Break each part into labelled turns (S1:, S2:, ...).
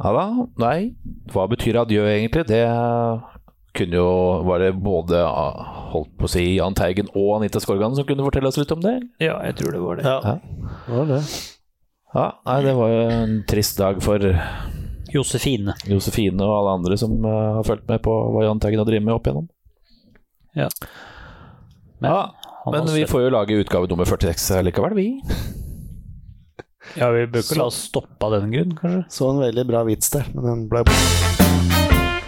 S1: Ja da, nei. Hva betyr adjø, egentlig? Det kunne jo Var det både ah, holdt på å si Jahn Teigen og Anita Skorgan som kunne fortelle oss litt om det?
S2: Ja, jeg tror det var det.
S3: Ja, det var det.
S1: Ja, nei, det var jo en trist dag for
S2: Josefine.
S1: Josefine og alle andre som eh, har fulgt med på hva Jahn Teigen har drevet med opp igjennom.
S2: Ja. Men,
S1: Men,
S2: han
S1: ja, men
S2: har
S1: vi
S2: sett-
S1: får jo lage utgave nummer 46 likevel, vi.
S2: ja, vi bør ikke la oss stoppe av den grunn, kanskje.
S3: Så en veldig bra vits der, men den ble borte.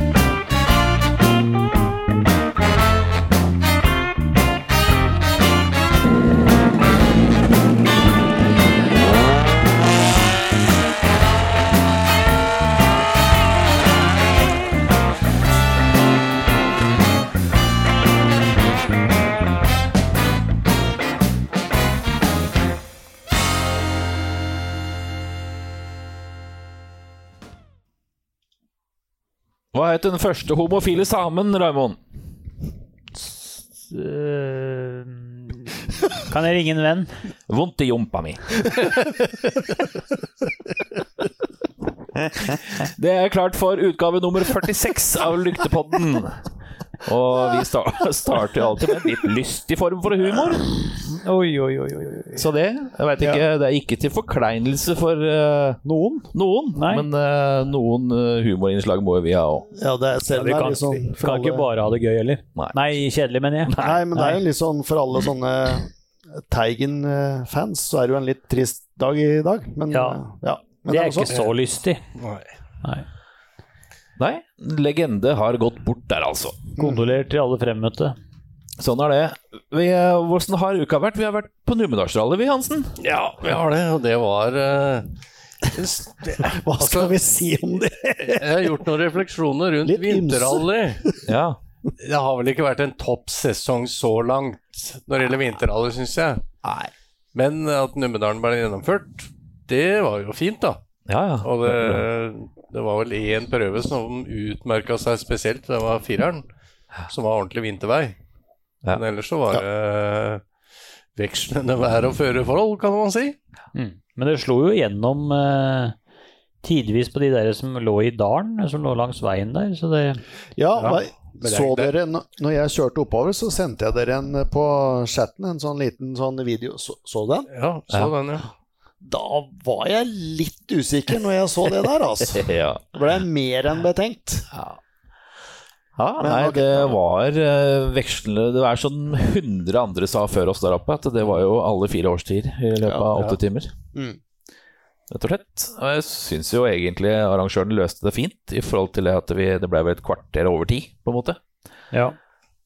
S1: Hva het den første homofile samen, Raymond?
S2: Eh, kan jeg ringe en venn?
S1: Vondt i jompa mi. Det er klart for utgave nummer 46 av Lyktepodden. Og vi sta- starter jo alltid med en litt lystig form for humor.
S2: Oi, oi, oi. oi, oi.
S1: Så det jeg vet ikke, Det er ikke til forkleinelse for eh,
S3: Noen?
S1: noen,
S2: Nei.
S1: men eh, noen eh, humorinnslag må jo vi ha òg.
S3: Ja, det er selv
S2: Vi
S3: ja,
S2: kan,
S3: litt sånn for
S2: kan ikke
S3: alle-
S2: bare ha det gøy, heller.
S1: Nei.
S2: Nei, kjedelig, mener jeg.
S3: Nei, men det er jo litt sånn for alle sånne Teigen-fans, så er det jo en litt trist dag i dag. Men ja.
S2: Ja.
S3: ja. Men
S2: Det er
S3: noe
S2: ikke
S3: sånt.
S2: så lystig.
S3: Nei.
S2: Nei.
S1: Nei, legende har gått bort der, altså.
S2: Kondolerer til alle fremmøtte.
S1: Sånn er det. Vi, eh, hvordan har uka vært? Vi har vært på Numedalsrally, vi, Hansen.
S4: Ja, vi har det, og det var eh, en s-
S3: Hva skal vi si om det?
S4: Jeg har gjort noen refleksjoner rundt
S3: Litt ymse.
S4: vinterrally.
S1: Ja.
S4: Det har vel ikke vært en topp sesong så langt når det gjelder vinterrally, syns jeg.
S1: Nei.
S4: Men at Numedalen ble gjennomført, det var jo fint, da.
S1: Ja, ja.
S4: Og det, det var vel én prøve som utmerka seg spesielt, det var fireren, som var ordentlig vintervei.
S1: Ja.
S4: Men ellers så var det vekslende vær og føreforhold, kan man si.
S2: Men det slo jo gjennom eh, tidvis på de der som lå i dalen, som lå langs veien der. Så det
S3: Ja,
S4: Ja,
S3: hva-
S4: men det er
S3: så
S4: ikke det.
S3: dere, når- når jeg kjørte oppover, så sendte jeg dere en eh, på chatten, en sånn liten sånn video. Så, så den?
S4: Ja, så
S1: Ja.
S4: den, ja.
S3: Da var jeg litt usikker når jeg så det der, altså.
S1: Ja.
S3: Ble jeg mer enn betenkt.
S1: Ja,
S3: Men
S1: nei,
S3: ok.
S1: det var eh, vekslende Det er som 100 andre sa før oss der oppe, at det var jo alle fire årstider i løpet
S3: Ja,
S1: av
S4: ja.
S1: åtte timer.
S3: Mm.
S1: Rett og slett. Og jeg syns jo egentlig arrangøren løste det fint, i forhold til det at vi, det ble vel et kvarter over ti, på en måte.
S2: Ja.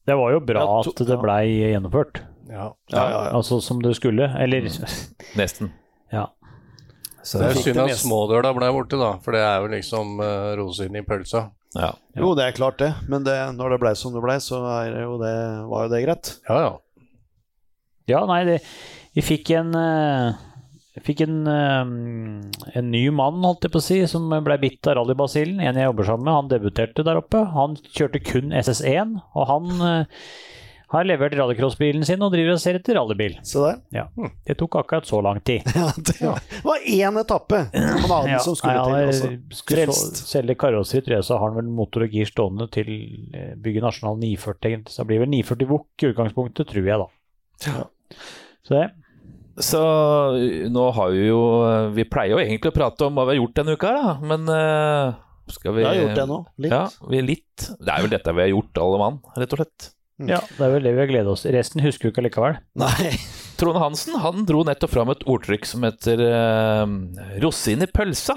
S2: Det var jo bra
S3: Ja, to-
S2: at det
S3: ja.
S2: blei gjennomført.
S4: ja.
S3: Ja, ja, Mm. ja.
S2: Altså som det skulle. Eller
S1: Nesten.
S2: Ja.
S1: Så,
S4: Det er
S3: fikk
S4: synd
S3: det
S4: at
S3: meste.
S4: smådøla ble borte, da. For det er jo liksom uh, rosinen i pølsa.
S1: ja.
S3: Jo, det er klart det, men det, når det blei som det blei, så er det jo det, var jo det greit.
S4: Ja, ja.
S2: Ja, nei, det, vi fikk en eh, vi fikk en, eh, en ny mann, holdt jeg på å si, som ble bitt av rallybasillen. En jeg jobber sammen med. Han debuterte der oppe. Han kjørte kun SS1, og han eh, har levert rallycrossbilen sin og driver og ser etter rallybil.
S3: Se der.
S2: Det tok akkurat så lang tid.
S3: Ja, det var- var én etappe. Han annen som skulle
S2: nei,
S3: til. altså.
S2: han
S3: Også.
S2: er- skulle så-
S3: Frelst.
S2: Selge karosseri, tror jeg, så har han vel motor og gir stående til eh, bygge Nasjonal 940, egentlig. Så det blir vel 940 Wok i utgangspunktet, tror jeg, da. Så det
S1: så eh, nå har vi jo eh, Vi pleier jo egentlig å prate om hva vi har gjort denne uka, da, men eh, skal vi
S3: Jeg har gjort det nå. Litt.
S1: Ja, vi litt. Det er vel dette vi har gjort, alle mann, rett og slett.
S2: Ja, det er vel det vi har gledet oss til. Resten husker vi ikke allikevel.
S3: Nei.
S1: Trond Hansen han dro nettopp fram et ordtrykk som heter eh, 'rosin i pølsa'.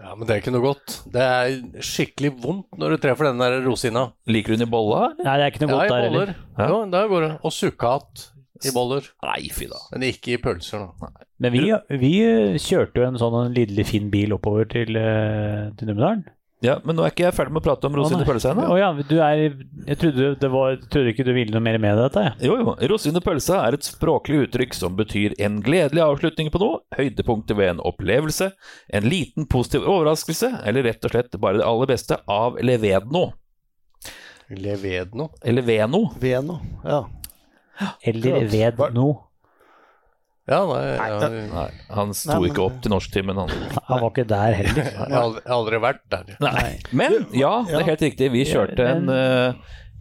S4: Ja, Men det er ikke noe godt. Det er skikkelig vondt når du treffer den der rosina.
S1: Liker hun i bolla? eller?
S2: Nei, det er ikke noe
S4: Ja,
S2: godt
S4: i
S2: der
S4: boller.
S2: heller.
S1: Ja.
S4: Jo, der går det. Og sukkat i boller.
S1: Nei, fy da.
S4: Men ikke i pølser, da.
S2: Men vi, vi eh, kjørte jo en sånn en lidderlig fin bil oppover til, eh, til Numedalen.
S1: Ja, Men nå er ikke jeg ferdig med å prate om rosin i pølsa
S2: Å
S1: ennå.
S2: ja, du er Jeg trodde, det var, jeg trodde ikke du ville noe mer med dette. jeg.
S1: Jo, jo. Rosin i pølsa er et språklig uttrykk som betyr en gledelig avslutning på noe, høydepunktet ved en opplevelse, en liten positiv overraskelse, eller rett og slett bare det aller beste av levedno.
S4: Levedno.
S1: Eller veno.
S3: Veno. Ja.
S2: Eller
S3: Akkurat.
S2: ved noe.
S4: Ja, nei, jeg, jeg,
S1: Nei, han sto
S3: Nei, men-
S1: ikke opp til norsktimen, han.
S2: Han var ikke der heller.
S4: jeg har aldri, jeg har aldri vært der.
S1: Nei. Men ja, det er helt riktig. Vi kjørte en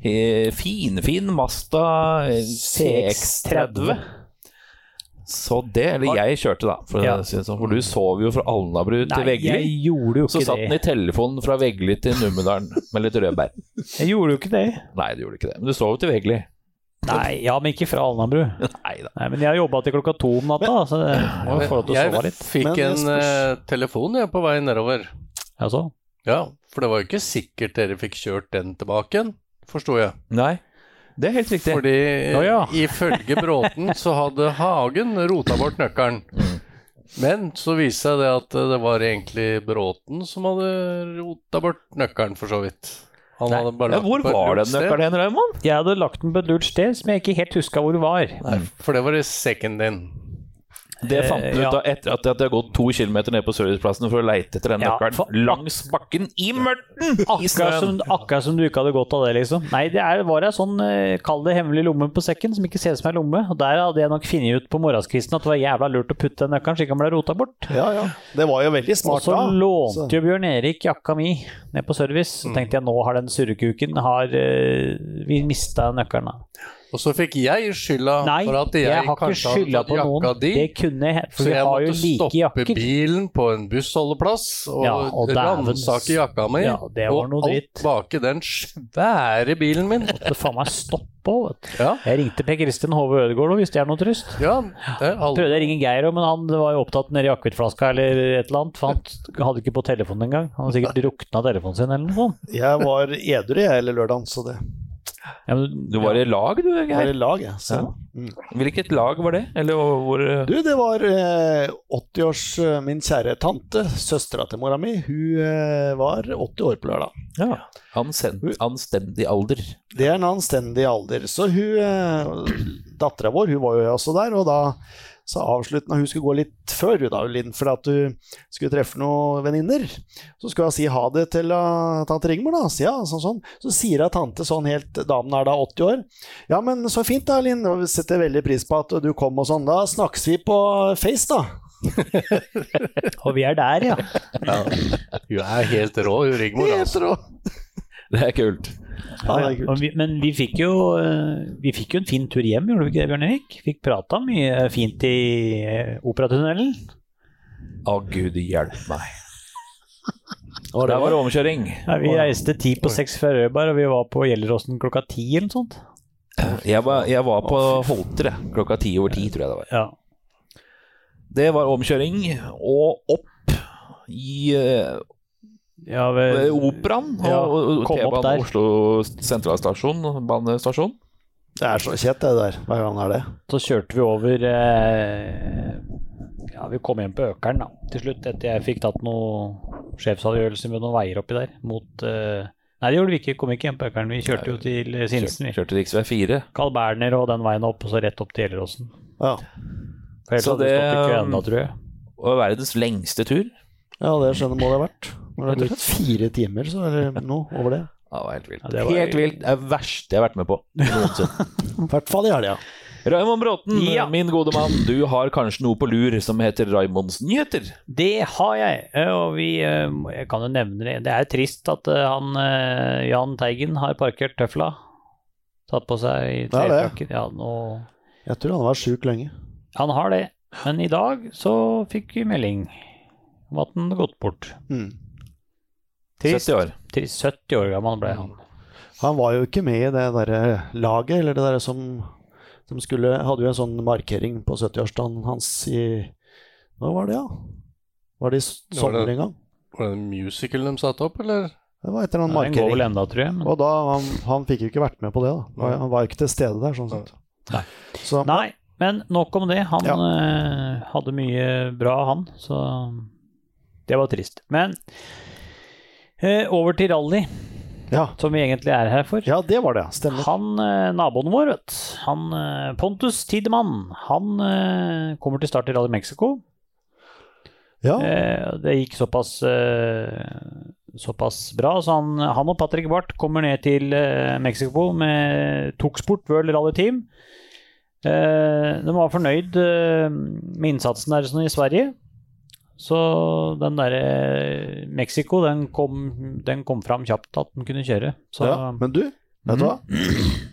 S1: eh, finfin Masta eh, CX30. Så det Eller jeg kjørte, da. For,
S2: Ja.
S1: å si det sånn, for du sov jo fra Alnabru
S2: Nei,
S1: til Veggli.
S2: jeg gjorde jo
S1: Så
S2: ikke
S1: satt den
S2: det.
S1: i telefonen fra Veggli til Numedalen med litt rødbær.
S2: Jeg gjorde jo ikke det.
S1: Nei, du gjorde ikke det. Men du sov jo til Veggli.
S2: Nei, ja, men ikke fra Alnabru.
S1: Nei da.
S2: Nei, men jeg har jobba til klokka to om natta, så det var jo forhold til å sove
S4: Jeg
S2: litt.
S3: Men
S4: fikk
S3: jeg
S4: en
S3: spørs-
S4: eh, telefon jeg, på vei nedover.
S2: Altså,
S4: Ja, for det var jo ikke sikkert dere fikk kjørt den tilbake igjen, forsto jeg.
S1: Nei. Det er helt riktig.
S4: Fordi
S2: Å, ja.
S4: ifølge Bråten så hadde Hagen rota bort nøkkelen. Men så viste det seg det at det var egentlig Bråten som hadde rota bort nøkkelen, for så vidt. Han hadde bare
S1: Ja,
S4: lagt
S1: hvor
S4: den på et
S1: var den
S4: lurt sted.
S1: nøkkelen hen, Raymond?
S2: jeg hadde lagt den på et lurt sted som jeg ikke helt huska hvor det var.
S4: Nei, for det var i sekken din.
S1: Det fant
S2: Eh,
S1: du ut
S2: ja.
S1: av etter at jeg hadde gått to kilometer ned på serviceplassen for å leite etter den
S2: Ja,
S1: nøkkelen.
S2: for-
S1: Langs bakken i mørten! I
S2: Akkurat som,
S1: snøen!
S2: akkurat som du ikke hadde godt av det, liksom. Nei, det er, var ei sånn, eh, kall det hemmelig lomme på sekken, som ikke ser ut som ei lomme. Og der hadde jeg nok funnet ut på morgenskvisten at det var jævla lurt å putte den nøkkelen, slik han ble rota bort.
S3: Ja, ja. Det var jo veldig
S2: Og
S3: smart
S2: så
S3: da. Så-
S2: lånte jo Bjørn Erik jakka mi ned på service. Så tenkte jeg nå har den surrekuken har, eh, Vi mista nøkkelen, da.
S4: Og så fikk jeg skylda
S2: Nei,
S4: for at jeg,
S2: jeg har ikke
S4: kanskje hadde
S2: skylda
S4: tatt
S2: på
S4: jakka
S2: noen.
S4: di.
S2: Det kunne jeg, for
S4: Så
S2: vi
S4: jeg
S2: har jo
S4: måtte
S2: like
S4: stoppe
S2: jakker.
S4: bilen på en bussholdeplass og,
S2: Ja, og dæven-
S4: ransake jakka mi.
S2: Ja, det var noe
S4: og
S2: dritt.
S4: alt baki den svære bilen min.
S2: Måtte faen meg stoppe òg, vet du.
S4: Ja,
S2: Jeg ringte Per Kristin Hove Ødegaard òg, hvis det er noe trøst.
S4: ja det er alt.
S2: Prøvde jeg å ringe Geir òg, men han var jo opptatt nede i akevittflaska eller et eller annet. For han hadde ikke på telefonen engang. Han hadde sikkert rukna telefonen sin eller noe sånt.
S3: Jeg var edru jeg hele lørdagen, så det
S2: Ja, men,
S1: Du var i lag, du,
S3: jeg var
S1: Geir.
S3: i lag, jeg. Så.
S1: Ja.
S3: Mm.
S1: Hvilket lag var det? Eller hvor
S3: Du, det var eh, 80-års eh, Min kjære tante, søstera til mora mi, hun eh, var 80 år på lørdag.
S1: ja. ansen- Anstendig alder.
S3: Det er en anstendig alder. Så hun eh, Dattera vår, hun var jo også der, og da så avslutta hun skulle gå litt før, hun da, Linn, for at hun skulle treffe noen venninner. Så skulle hun si ha det til eh, tante Rigmor, da. Så, ja, sånn, sånn. så sier hun tante sånn helt Damen er da 80 år. Ja, men så fint da, Linn. og Vi setter veldig pris på at du kom og sånn. Da snakkes vi på Face, da.
S2: og vi er der, ja.
S4: Hun er helt rå, hun Rigmor.
S3: Det
S4: Altså.
S3: heter det.
S1: Det er kult.
S3: Ja, det er kult.
S2: Og vi, men vi fikk, jo, eh, vi fikk jo en fin tur hjem, gjorde vi ikke det, Bjørn Erik? Fikk prata mye fint i eh, Operatunnelen.
S1: Å, gud hjelpe meg.
S3: Var
S1: Der
S3: det
S1: var det omkjøring.
S2: Ja, vi reiste ti på seks fra Rødberg, og vi var på Gjelleråsen klokka ti eller noe sånt.
S1: Jeg var, jeg var på Holter jeg. klokka ti over ti, tror jeg det var.
S2: Ja.
S1: Det var omkjøring og opp i eh,
S2: Ja, vel,
S1: eh, Operaen
S2: Ja,
S1: og, og
S2: kom opp
S1: T-banen
S2: der.
S1: Oslo sentralstasjon, banestasjon.
S3: Det er så kjett, det der. Hver gang er det.
S2: Så kjørte vi over eh, Ja, vi kom hjem på Økeren da, til slutt, etter jeg fikk tatt noe sjefsavgjørelse med noen veier oppi der. Mot eh, Nei, det gjorde vi ikke. Kom ikke hjem på Økeren. Vi kjørte jo til Sinsen. vi.
S1: Kjørte rv. 4.
S2: Carl Berner og den veien opp, og så rett opp til Gjelleråsen.
S3: Ja,
S2: For ellers
S1: Så
S2: hadde vi
S1: det,
S2: stått i kø
S1: um,
S2: enda, tror jeg.
S1: Og verdens lengste tur.
S3: ja det skjønner må det ha vært. Når det har brukt fire timer, så eller noe over det.
S1: Ja, det var helt vilt.
S2: Ja, det var-
S1: Helt vilt. Det er det verste jeg har vært med på. noensinne.
S3: I hvert fall i helga.
S1: Raymond Bråten,
S2: Ja.
S1: min gode mann, du har kanskje noe på lur som heter Raymonds nyheter.
S2: Det har jeg, eh, og vi eh, må- Jeg kan jo nevne det. Det er jo trist at eh, han eh, Jahn Teigen har parkert tøfla. Tatt på seg
S3: Det er
S2: treklakken. Ja, nå
S3: Jeg tror han var sjuk lenge.
S2: Han har det. Men i dag så fikk vi melding om at han hadde gått bort.
S3: Mm.
S2: Trist.
S1: 70 år.
S2: Tri- 70 år gammel ble han.
S3: Han var jo ikke med i det derre laget, eller det derre som, som skulle Hadde jo en sånn markering på 70-årsdagen hans i Hva var det, ja? Var det i s-
S4: Det var det.
S3: sommer en gang?
S4: Var det en musical de satte opp, eller?
S3: Det var etter en
S2: Den går vel
S3: markering.
S2: enda, tror jeg. Men...
S3: Og da, han, han fikk jo ikke vært med på det, da.
S4: Nei.
S3: Han var jo ikke til stede der, sånn sett.
S2: Nei.
S3: Så,
S2: Nei, men nok om det. Han
S3: Ja.
S2: eh, hadde mye bra, han. Så det var trist. Men eh, over til rally,
S3: ja.
S2: som vi egentlig er her for.
S3: ja, det var det. Stemmer.
S2: Han, eh, naboen vår, vet du, han eh, Pontus Tidemann, han eh, kommer til start i Rally Mexico.
S3: Ja.
S2: Eh, Det gikk såpass, eh, såpass bra, så han, han og Patrick Barth kommer ned til eh, Mexico med Toksport World Rally Team. Eh, de var fornøyd eh, med innsatsen deres nå i Sverige. Så den derre Mexico, den kom, den kom fram kjapt at den Mm. kunne kjøre. Så
S3: Ja, men du, vet du hva?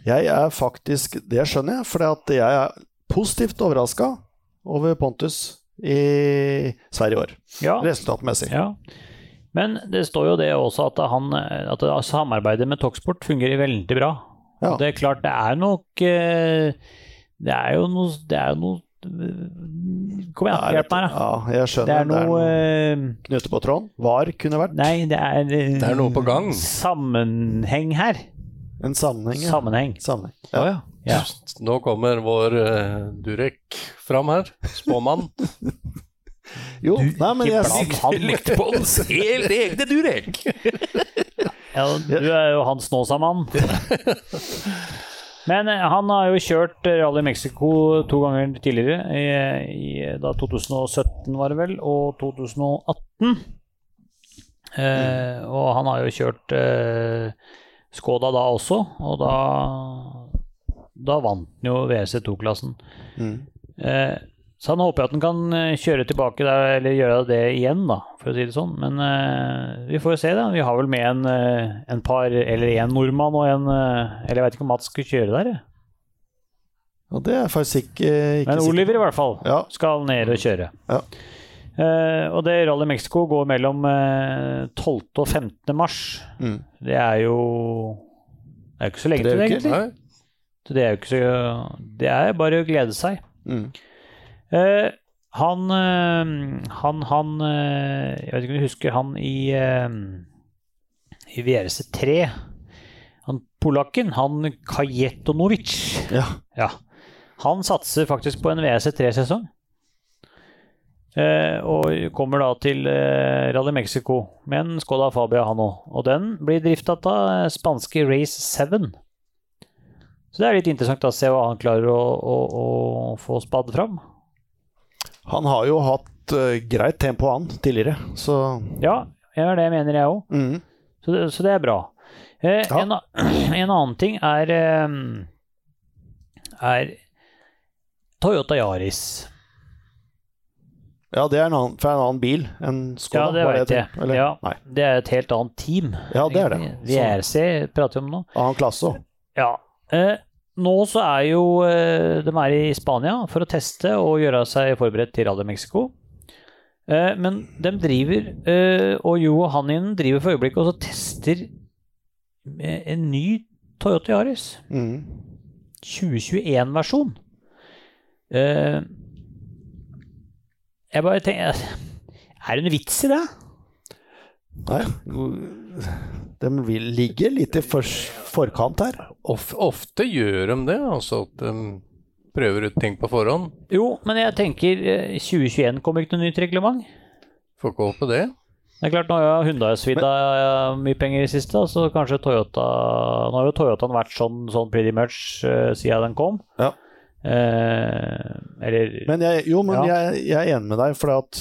S3: Jeg er faktisk Det skjønner jeg, for jeg er positivt overraska over Pontus i Sverige i år,
S2: ja.
S3: resultatmessig.
S2: Ja. Men det står jo det også at, han, at samarbeidet med Toksport fungerer veldig bra.
S3: Ja.
S2: Og Det er klart, det er nok eh, Det er jo noe, det er jo noe Kom igjen,
S3: Det er-
S2: hjelp meg, da.
S3: Ja, jeg skjønner.
S2: Det er noe eh,
S3: knute på tråden. Var kunne vært
S2: Nei, det er eh,
S4: Det er noe på gang.
S2: Sammenheng her.
S3: en sammenheng. ja.
S2: Sammenheng.
S3: Sammenheng.
S1: Ja, ja.
S2: Ja.
S4: Nå kommer vår eh, Durek fram her, spåmann.
S3: Jo, nei, men jeg,
S2: ikke blant han.
S1: Likte på hans helt egne Durek!
S2: Ja, du er jo hans Snåsamann. Men eh, han har jo kjørt eh, Rally Mexico to ganger tidligere. I, i da 2017 var det vel, og 2018. Eh, og han har jo kjørt eh, Skoda da også, og da Da vant han jo E WC2-klassen.
S3: Mm.
S2: Eh, så han håper jo at han kan eh, kjøre tilbake der, eller gjøre det igjen, da, for å si det sånn. Men eh, vi får jo se, da. Vi har vel med en, eh, en par, eller én nordmann og en eh, Eller jeg vet ikke om Mats skal kjøre der. jeg.
S3: og det er jeg faktisk ikke, ikke
S2: Men
S3: sikker
S2: Oliver, i hvert fall,
S3: Ja.
S2: skal ned og kjøre.
S3: Ja.
S2: Eh, og det Rally Mexico går mellom eh, 12. og 15. mars.
S3: Mm.
S2: Det er jo Det er jo ikke så lenge
S3: Tre
S2: til, det,
S3: uker.
S2: egentlig.
S4: Nei,
S2: Så Det er jo ikke så Det er bare å glede seg.
S3: Mm.
S2: Eh, han eh, Han, han eh, Jeg vet ikke om du husker han i eh, I VRC3. Han polakken, han Kajetonovic.
S3: Ja.
S2: Ja. Han satser faktisk på en VRC3-sesong. Eh, og kommer da til eh, Rally Mexico med en Skoda Fabia, han òg. Og den blir drifta av eh, spanske Race 7. Så det er litt interessant å se hva han klarer å, å, å få spadd fram.
S3: Han har jo hatt eh, greit tempo, han, tidligere, så
S2: Ja, det er det jeg mener jeg òg.
S3: mm.
S2: Så, det- så det er bra. Eh,
S3: Ja.
S2: en, a- en annen ting er eh, er Toyota Yaris.
S3: Ja, det er en annen, for det er en annen bil enn Skoda.
S2: Ja, det
S3: var
S2: vet jeg.
S3: tenkte, eller?
S2: Ja.
S3: Nei.
S2: Det er et helt annet team.
S3: ja, det er det.
S2: VRC prater vi om nå.
S3: Annen klasse òg.
S2: Ja. Eh, nå så er jo eh, de er i Spania for å teste og gjøre seg forberedt til Radio Mexico. Eh, men de driver, eh, og Jo og Hanin driver for øyeblikket og så tester eh, en ny Toyota Yaris.
S3: Mm.
S2: 2021-versjon. Eh, jeg bare tenker Er det en vits i det?
S3: Nei, de vil ligge litt i for, forkant her.
S4: of, ofte gjør de det, altså at de prøver ut ting på forhånd.
S2: Jo, men jeg tenker eh, 2021 kommer ikke noe nytt reglement.
S4: Får ikke håpe det.
S2: Det er klart, Nå har Hundai svidd av eh, mye penger i siste, da, så kanskje Toyota Nå har jo Toyotaen vært sånn, sånn pretty much eh, siden den kom.
S3: Ja.
S2: Eh, eller
S3: Men jeg, jo, men
S2: Ja.
S3: jeg, jeg er enig med deg, for at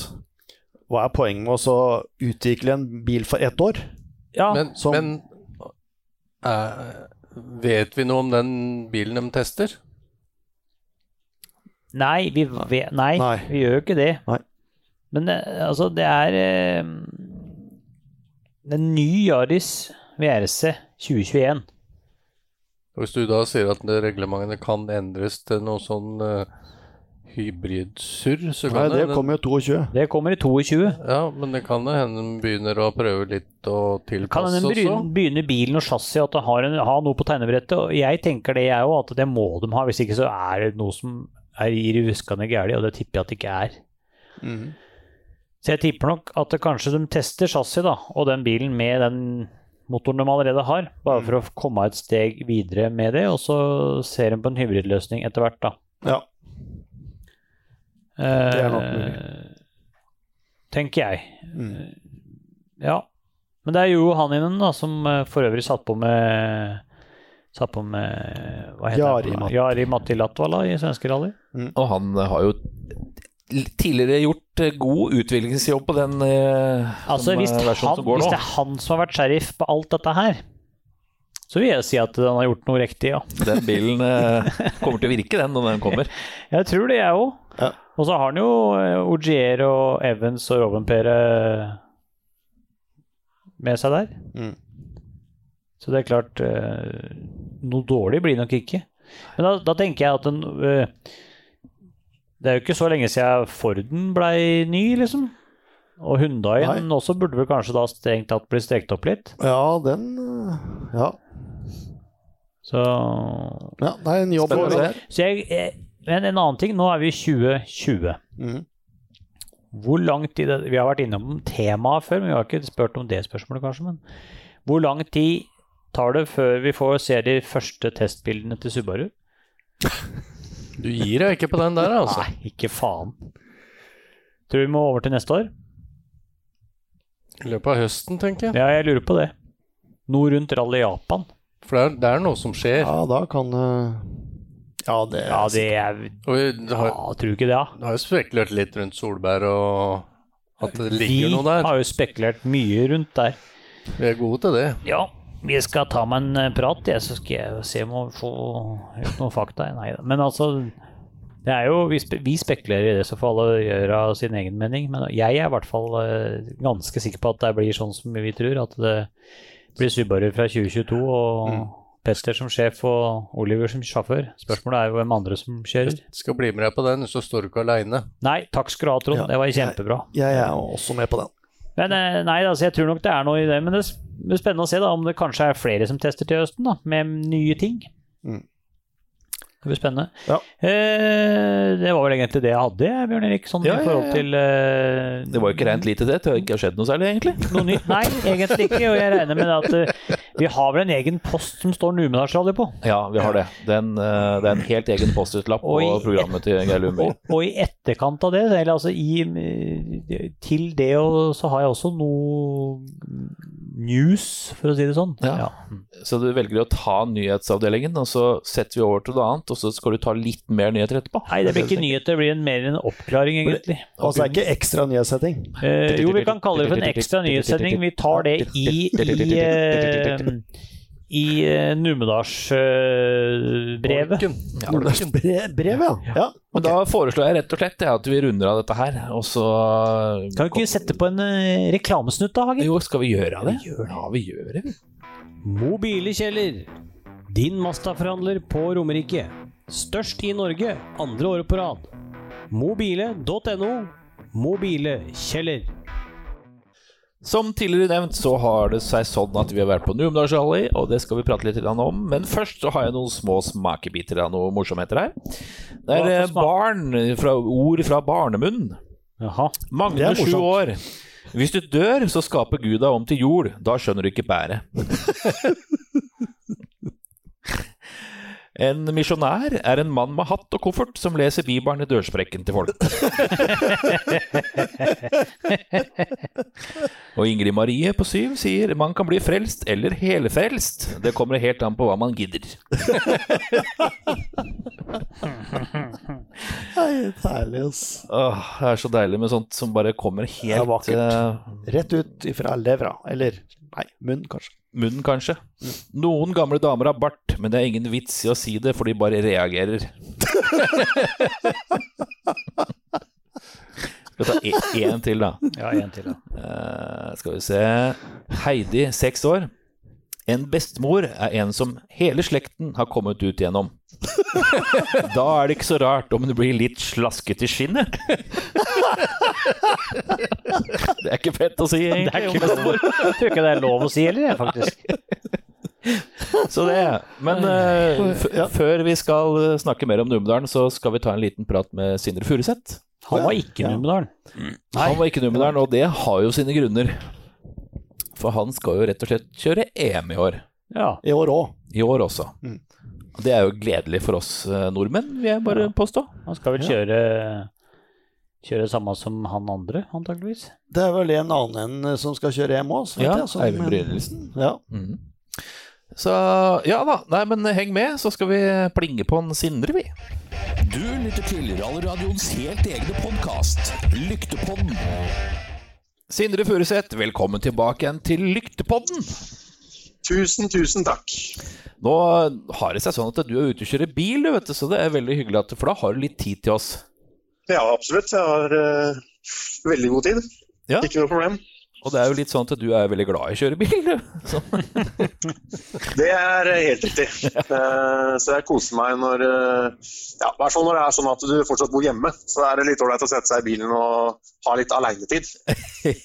S3: hva er poenget med å så utvikle en bil for ett år?
S2: Ja,
S4: Men,
S3: som-
S4: men eh, vet vi noe om den bilen de tester?
S2: Nei, vi, vi, nei,
S3: Nei.
S2: vi gjør jo ikke det.
S3: Nei.
S2: Men det, altså, det er eh, Den nye Yaris VRC 2021.
S4: Og Hvis du da sier at det reglementene kan endres til noe sånn eh, hybridsurr,
S3: Nei,
S4: så kan
S3: det
S4: det,
S3: kommer jo 22.
S2: Det kommer i 22.
S4: Ja, men det kan jo hende de begynner å prøve litt å
S2: Kan
S4: tilpasse
S2: hende begynne,
S4: også.
S2: begynne bilen og chassiset at det har, en, har noe på tegnebrettet. Og jeg tenker det, jeg òg, at det må de ha. Hvis ikke så er det noe som er i ruskende gærent, og det tipper jeg at det ikke er.
S3: Mhm.
S2: Så jeg tipper nok at det kanskje de tester chassis da, og den bilen med den motoren de allerede har,
S3: Mm.
S2: bare for å komme et steg videre med det, og så ser de på en hybridløsning etter hvert, da.
S3: Ja. er nok
S2: Eh, Tenker jeg.
S3: Mm.
S2: Ja. Men det er jo Hanninen da, som eh, for øvrig satt på med Satt på med hva heter
S3: Jari
S2: han?
S3: Matti.
S2: Jari Matti Latvala i svenske rally.
S1: Og han har jo tidligere gjort eh, god utviklingsjobb på den eh,
S2: Altså,
S1: som,
S2: hvis,
S1: eh, versjonen
S2: han,
S1: som går
S2: hvis
S1: nå.
S2: det er han som har vært sheriff på alt dette her, så vil jeg si at han har gjort noe riktig, ja.
S1: Den bilen eh, kommer til å virke, den, når den kommer.
S2: Jeg tror det, jeg òg.
S3: Ja.
S2: Og så har han jo eh, Ogier og Evans og Rovenpere med seg der.
S3: Mm.
S2: Så det er klart eh, Noe dårlig blir det nok ikke. Men da, da tenker jeg at den eh, Det er jo ikke så lenge siden Forden blei ny, liksom. Og Hundaien også burde vel kanskje da strengt tatt bli strekt opp litt.
S3: Ja, den eh, Ja.
S2: Så,
S3: ja det er en jobb å
S1: Spennende å
S3: gjøre.
S1: se.
S2: så jeg, jeg Men en annen ting. Nå er vi i 2020.
S3: Mhm.
S2: Hvor lang tid Vi har vært innom temaet før, men vi har ikke spurt om det spørsmålet, kanskje. Men hvor lang tid tar det før vi får se de første testbildene til Subaru?
S4: Du gir deg ikke på den der, altså.
S2: Nei, ikke faen. Tror du vi må over til neste år?
S4: I løpet av høsten, tenker jeg.
S2: Ja, jeg lurer på det. Noe rundt rally Japan.
S4: For det er, det er noe som skjer.
S3: Ja, da kan eh, Ja, det
S2: Ja, det er
S4: Og vi
S2: ja,
S4: har,
S2: Tror du ikke det, da?
S4: har jo spekulert litt rundt Solberg og at det
S2: Vi
S4: ligger noe der.
S2: har jo spekulert mye rundt der.
S4: Vi er gode til det.
S2: Ja, vi skal ta meg en eh, prat, jeg, så skal jeg se om jeg får gjort noen fakta. Nei da. Men altså, det er jo Vi, spe, vi spekulerer i det, så får alle gjøre av sin egen mening. Men jeg er i hvert fall eh, ganske sikker på at det blir sånn som vi tror. At det blir Subaru fra 2022 og
S3: Mm.
S2: Petter som sjef og Oliver som sjåfør. Spørsmålet er jo hvem andre som kjører.
S4: Skal bli med deg på den, så står du ikke aleine.
S2: Nei, takk skal du ha, Trond.
S3: Ja,
S2: Det var
S3: jeg-
S2: kjempebra.
S3: Jeg er også med på den.
S2: Men eh, nei, altså, jeg tror nok det er noe i det. Men det s- det blir spennende å se da, om det kanskje er flere som tester til høsten, da, med nye ting.
S3: Mm.
S2: Det blir spennende.
S3: Ja.
S2: Eh, det var vel egentlig det jeg hadde, jeg, Bjørn Erik, sånn
S1: Ja, ja,
S2: i forhold
S1: ja.
S2: til eh,
S1: Det var jo ikke rent lite det. Det har ikke skjedd noe særlig, egentlig.
S2: noe nytt. Nei, egentlig ikke. Og jeg regner med at eh, vi har vel en egen post som står Numedalsrally på.
S1: Ja, vi har det. Den, eh, det er en helt egen post-it-lapp på
S2: Oi.
S1: programmet til Geir Lundberg.
S2: Og, og i etterkant av det, eller altså i, eh, til det, og så har jeg også noe news, for å si det sånn.
S1: Ja. Så du velger å ta nyhetsavdelingen, og så setter vi over til noe annet, og så skal du ta litt mer nyheter etterpå.
S2: Nei, det blir ikke nyheter, det blir en, mer en oppklaring, egentlig.
S3: Og så er Altså, det ikke ekstra nyhetssetting.
S2: Eh, jo, vi kan kalle det for en ekstra nyhetssending. Vi tar det i, i, eh, i eh, Numedalsbrevet.
S4: Orken. Orken.
S3: Brev, brev ja. ja.
S1: Men da foreslår jeg rett og slett ja, at vi runder av dette her, og så
S2: Kan vi ikke sette på en eh, reklamesnutt, da, Hagen?
S1: Jo, skal vi gjøre det?
S2: Vi gjør det.
S1: Ja, vi gjør det. vi.
S5: Mobile Kjeller. Din Masta-forhandler på Romerike. Størst i Norge andre året på rad. Mobile.no. Mobile Kjeller.
S1: Som tidligere nevnt, så har det seg sånn at vi har vært på Numedalsrally, og det skal vi prate litt grann om. Men først så har jeg noen små smakebiter av noe morsomheter her. Det er
S2: Hva
S1: eh,
S2: for smak?
S1: barn, fra, ord fra barnemunn.
S2: Jaha.
S3: Det
S1: Magne,
S3: er
S1: sju
S3: morsomt.
S1: år. Hvis du dør, så skaper Gud deg om til jord. Da skjønner du ikke bæret. En misjonær er en mann med hatt og koffert som leser Bibelen i dørsprekken til folk. og Ingrid Marie på syv sier man kan bli frelst eller helfrelst. Det kommer helt an på hva man gidder.
S3: Nei, Herlig, ass.
S1: Åh, det er så deilig med sånt som bare kommer
S3: er
S1: helt
S3: vakkert.
S1: eh,
S3: Rett ut ifra levra. Eller nei, munn, kanskje.
S1: munnen, kanskje. Noen gamle damer har bart, men det er ingen vits i å si det, for de bare reagerer. Skal ta e- én til, da.
S2: Ja, en til, da.
S1: Eh, skal vi se Heidi, seks år. En bestemor er en som hele slekten har kommet ut gjennom. Da er det ikke så rart om du blir litt slasket i skinnet. Det er ikke fett å si,
S2: Det er
S1: egentlig. om
S2: ikke lov. Jeg tror ikke det er lov å si heller, jeg, faktisk.
S1: Så det. Men eh, f
S3: Ja.
S1: før vi skal eh, snakke mer om Numedalen, så skal vi ta en liten prat med Sindre Furuseth.
S2: Han var ikke Numedalen.
S1: Han var ikke i Numedalen, og det har jo sine grunner. For han skal jo rett og slett kjøre EM i år.
S2: Ja.
S3: I år òg.
S1: I år også.
S3: Mm.
S1: Og Det er jo gledelig for oss eh, nordmenn, vil jeg bare påstå.
S2: Han skal vel kjøre Kjøre samme som han andre, antakeligvis.
S3: Det er vel en annen en som skal kjøre hjem òg.
S1: Ja, Eivind Brynildsen.
S3: Ja.
S1: Mm. Så ja da. Nei, men heng med, så skal vi plinge på en Sindre, vi.
S6: Du lytter til Rallradioens helt egne podkast, Lyktepodden.
S1: Sindre Furuseth, velkommen tilbake igjen til Lyktepodden.
S7: Tusen, tusen takk.
S1: Nå har det seg sånn at du er ute og kjører bil, du vet du, så det er veldig hyggelig, at, for da har du litt tid til oss.
S7: Ja, absolutt. Jeg har eh, veldig god tid.
S1: Ja.
S7: Ikke noe problem.
S1: Og det er jo litt sånn at du er veldig glad i å kjøre bil, du. Så,
S7: Det er eh, helt riktig. Eh, Så jeg koser meg når eh, Ja, i hvert fall når det er sånn at du fortsatt bor hjemme. Så er det litt ålreit å sette seg i bilen og ha litt aleinetid.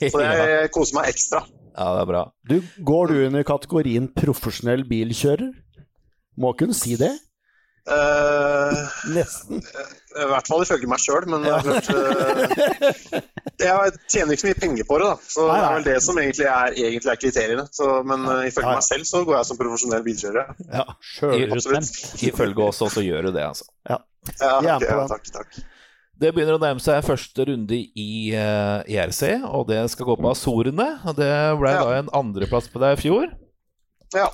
S7: Så
S1: ja,
S7: jeg koser meg ekstra.
S1: ja, det er bra.
S3: Du, går du under kategorien profesjonell bilkjører? Må kunne si det.
S7: Eh,
S3: Nesten.
S7: I hvert fall ifølge meg sjøl, men jeg, har hørt, eh, jeg tjener ikke så mye penger på det, da. Så
S3: Nei,
S7: det
S3: nei.
S7: er vel det som egentlig er, egentlig er kriteriene. Så, men eh,
S3: Ja, ja.
S7: ifølge meg selv så går jeg som profesjonell bilkjører. ja.
S3: Ja.
S7: Absolutt.
S1: Ifølge oss, så gjør du det, altså.
S3: Vi er
S7: Ja,
S3: på
S7: ok, ja,
S3: den.
S7: takk, takk.
S1: Det begynner å nærme seg første runde i eh, ERC, og det skal gå på Azorene. Og det ble
S7: Ja.
S1: da en andreplass på deg i fjor.
S7: Ja,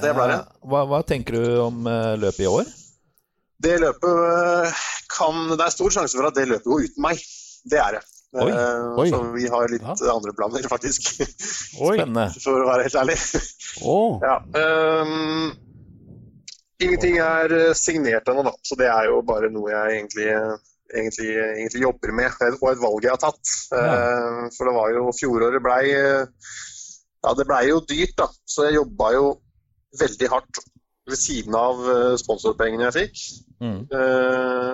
S7: det ble det.
S1: Eh, Hva, hva tenker du om eh, løpet i år?
S7: Det løpet eh, kan Det er stor sjanse for at det løpet går uten meg. Det er det.
S1: Oi,
S7: Eh,
S3: oi.
S7: Så vi har litt andre planer, faktisk.
S1: Spennende.
S7: For å være helt ærlig.
S3: Å,
S7: Ja. ehm, ingenting er eh, signert ennå, da. Så det er jo bare noe jeg egentlig, eh, egentlig, egentlig jobber med, eh, og et valg jeg har tatt. Eh, for det var jo fjoråret blei eh, Ja, det blei jo dyrt, da. Så jeg jobba jo veldig hardt ved siden av eh, sponsorpengene jeg fikk.
S1: Mm.
S7: Eh,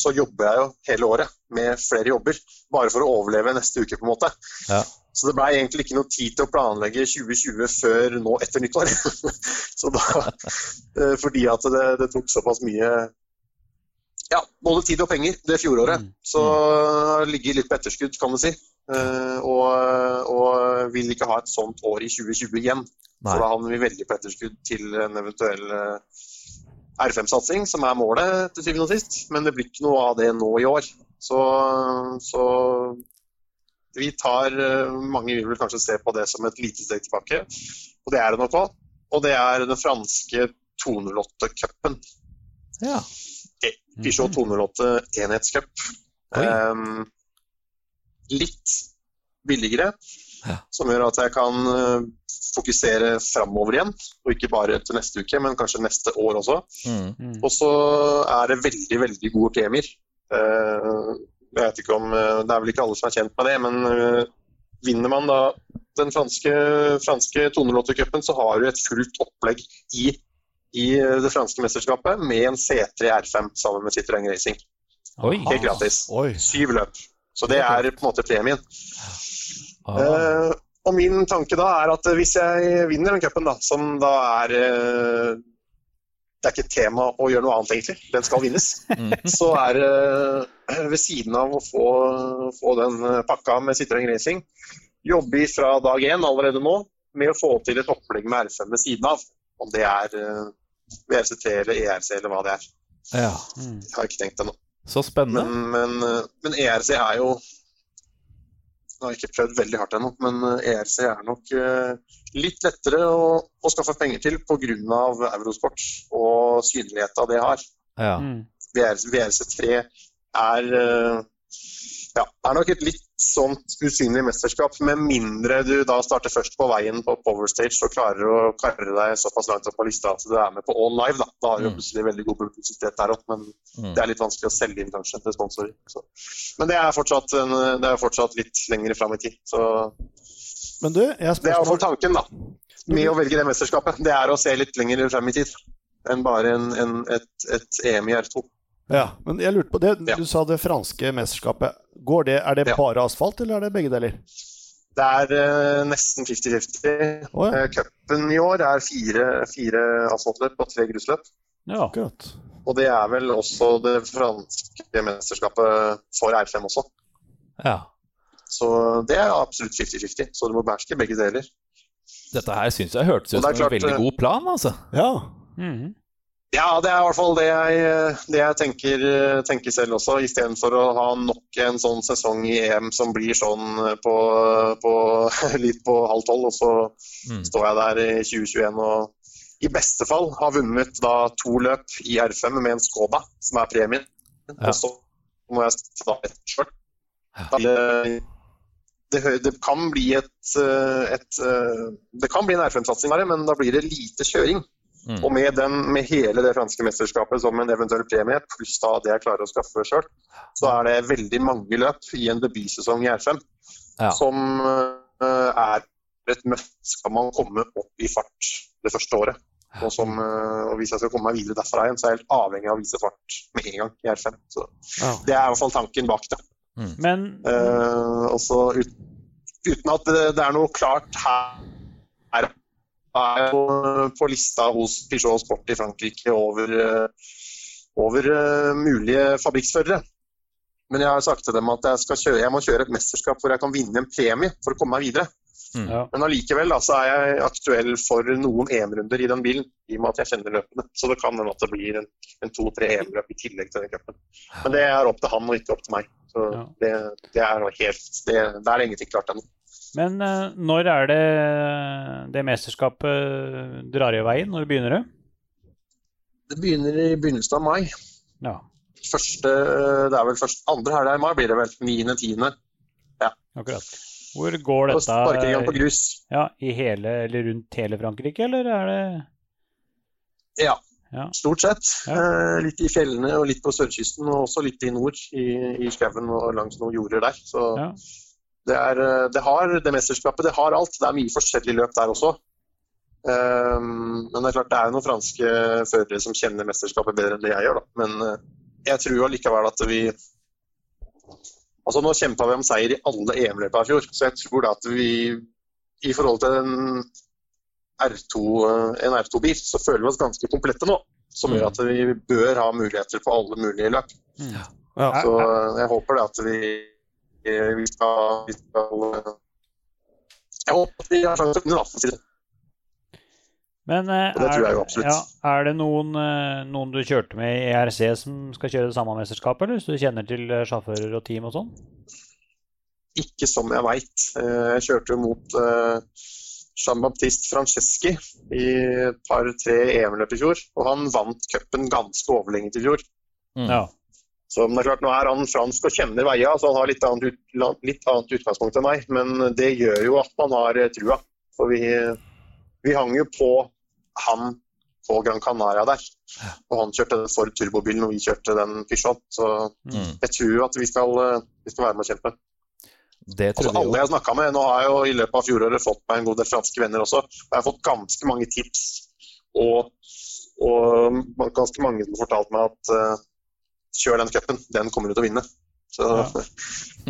S7: så jobber jeg jo hele året med flere jobber, bare for å overleve neste uke, på en måte.
S1: Ja.
S7: Så det blei egentlig ikke noe tid til å planlegge 2020 før nå etter nyttår. så da, eh, fordi at det, det tok såpass mye ja, både tid og penger det fjoråret. Så jeg ligger litt på etterskudd, kan du si. Eh, og, og vil ikke ha et sånt år i 2020 igjen.
S1: Nei.
S7: For da havner vi veldig på etterskudd til en eventuell eh, R5-satsing, som er målet til syvende og sist. Men det blir ikke noe av det nå i år. Så, så vi tar eh, Mange vil vel kanskje se på det som et lite steg tilbake, og det er det nok òg. Og det er den franske 208-cupen.
S1: Ja.
S7: Peugeot 208 enhetscup. Ehm, litt billigere, som gjør at jeg kan eh, fokusere framover igjen. Og ikke bare til neste uke, men kanskje neste år også.
S1: Mm.
S7: Og så er det veldig, veldig gode premier. Eh, jeg vet ikke om, eh, Det er vel ikke alle som er kjent med det, men eh, vinner man da den franske, franske 208-cupen, så har du et fullt opplegg i, i eh, det franske mesterskapet med en C3 R5 sammen med Citroën Racing.
S1: Oi.
S7: Helt gratis.
S3: Oi.
S7: Syv løp. Så det er på en måte premien.
S1: Ah.
S7: Eh, og min tanke da er at hvis jeg vinner den cupen, da, som da er eh, Det er ikke et tema å gjøre noe annet, egentlig. Den skal vinnes. Så er det eh, ved siden av å få, få den eh, pakka med Citroën Racing, jobbe fra dag én allerede nå med å få til et opplegg med R5 ved siden av. Om det er eh, VRCT eller ERC eller hva det er.
S1: Ja.
S7: Jeg har ikke tenkt ennå.
S1: Så spennende.
S7: Men, men, eh, men ERC er jo Nå har jeg ikke prøvd veldig hardt ennå, men eh, ERC er nok eh, litt lettere å, å skaffe penger til pga. eurosport og synligheten det har.
S1: Ja.
S2: Mm.
S7: VRC, VRC3 E er eh, ja, er nok et litt sånt usynlig mesterskap, med mindre du da starter først på veien på power stage og klarer å karre deg såpass langt opp på lista at du er med på all live. Da, da har du
S1: Mm.
S7: plutselig veldig god publisitet der opp, men
S1: Mm.
S7: det er litt vanskelig å selge inn kanskje til sponsorer. Så. Men det er, fortsatt, en, det er fortsatt litt lengre fram i tid. Så
S3: Men du, jeg har
S7: det er i hvert fall
S3: spørsmål.
S7: tanken da, med å velge det mesterskapet. Det er å se litt lenger frem i tid enn bare en, en, et, et EM i R2.
S3: Ja, men jeg lurte på det.
S7: Ja.
S3: Du sa det franske mesterskapet. Går det, er det
S7: Ja.
S3: bare asfalt, eller er det begge deler?
S7: Det er eh, nesten 50-50.
S3: Å ja,
S7: Eh, Cupen i år er fire, fire asfaltløp og tre grusløp.
S2: Ja.
S3: akkurat.
S7: Og det er vel også det franske mesterskapet for R5 også.
S1: ja.
S7: Så det er absolutt 50-50. Så du må beherske begge deler.
S1: Dette her syns jeg hørtes ut
S7: Og
S1: som
S7: det er
S1: en
S7: klart,
S1: veldig
S7: eh,
S1: god plan, altså.
S3: Ja.
S2: Mhm.
S7: Ja, det er i hvert fall det jeg, det jeg tenker, tenker selv også. Istedenfor å ha nok en sånn sesong i EM som blir sånn på, på litt på halv tolv, og så
S1: Mm.
S7: står jeg der i 2021 og i beste fall har vunnet da to løp i R5 med en Skoda, som er premien.
S1: Ja.
S7: Og så må jeg ta et sjøl. det, hø- det kan bli et, eh, et eh, Det kan bli en R5-satsing av det, men da blir det lite kjøring.
S1: Mm.
S7: Og med, den, med hele det franske mesterskapet som en eventuell premie, pluss da det jeg klarer å skaffe sjøl, så er det veldig mange løp i en debutsesong i R5
S1: Ja.
S7: som eh, er et must. Skal man komme opp i fart det første året? Og, som, eh, og hvis jeg skal komme meg videre derfra igjen, så er jeg helt avhengig av å vise fart med en gang i R5. Så
S3: Ja.
S7: det er i hvert fall tanken bak det.
S2: Men
S7: Eh, også ut, uten at det, det er noe klart her, her er jeg på, på lista hos Peugeot Sport i Frankrike over, eh, over eh, mulige fabrikksførere. Men jeg har sagt til dem at jeg, skal kjøre, jeg må kjøre et mesterskap hvor jeg kan vinne en premie for å komme meg videre.
S1: Mm.
S2: Ja.
S7: Men allikevel da, så er jeg aktuell for noen EM-runder i den bilen, i og med at jeg kjenner løpene. Så det kan hende at det blir en, en to-tre EM-løp i tillegg til den cupen. Men det er opp til han og ikke opp til meg. Så
S2: Ja.
S7: det, det er noe helt Det, det er ingenting klart ennå.
S2: Men eh, når er det det mesterskapet drar i veien? Når begynner det?
S7: Det begynner i begynnelsen av mai.
S2: Ja.
S7: Første, eh, det er vel først andre helga i mai blir det vel. 9.-10.
S2: Akkurat. Hvor går
S7: Og sparker i gang på
S2: dette?
S7: grus.
S2: Ja, I hele, eller rundt hele Frankrike, eller er det
S7: Ja.
S2: Ja.
S7: Stort sett.
S2: Ja.
S7: Eh, litt i fjellene og litt på sørkysten, og også litt i nord, i, i skauen og langs noen jorder der. Så
S2: Ja.
S7: det, er, eh, det har det mesterskapet, det har alt. Det er mye forskjellig løp der også. Ehm, men det er klart det er jo noen franske førere som kjenner mesterskapet bedre enn det jeg gjør, da. Men eh, jeg tror allikevel at vi Altså Nå kjempa vi om seier i alle EM-løpene i fjor, så jeg tror da at vi i forhold til en R2, en R2-bil, så føler vi oss ganske komplette nå. Som
S3: Mm.
S7: gjør at vi bør ha muligheter på alle mulige løp.
S3: Ja.
S7: Så eh, jeg håper det at vi, eh, vi, skal, vi skal eh, Jeg håper at vi har sjanse til å vinne, da, for å si det.
S2: Men eh,
S7: det tror
S2: er,
S7: jeg jo absolutt.
S2: ja, er det noen, eh, noen du kjørte med i ERC som skal kjøre det samme mesterskapet, eller? Så du kjenner til eh, sjåfører og team og sånn?
S7: Ikke som jeg veit. Jeg kjørte jo mot eh, Jean-Baptiste Franceschi i et par-tre EM-løp i fjor, og han vant cupen ganske overlegent i fjor.
S2: Ja.
S7: Så men det er klart, Nå er han fransk og kjenner veia, så han har litt annet, ut, litt annet utgangspunkt enn meg. Men det gjør jo at man har eh, trua. For vi, vi hang jo på han på Gran Canaria der. Og han kjørte den Ford turbobilen, og vi kjørte den Peugeot. Så
S1: Mm.
S7: jeg tror jo at vi skal, eh, vi skal være med og kjempe.
S1: Det
S7: Altså,
S1: tror jeg
S7: alle
S1: jo.
S7: jeg har snakka med, nå har jeg jo i løpet av fjoråret fått meg en god del franske venner også. Og jeg har fått ganske mange tips. Og, og ganske mange som har fortalt meg at eh, kjør den cupen, den kommer du til å vinne. Så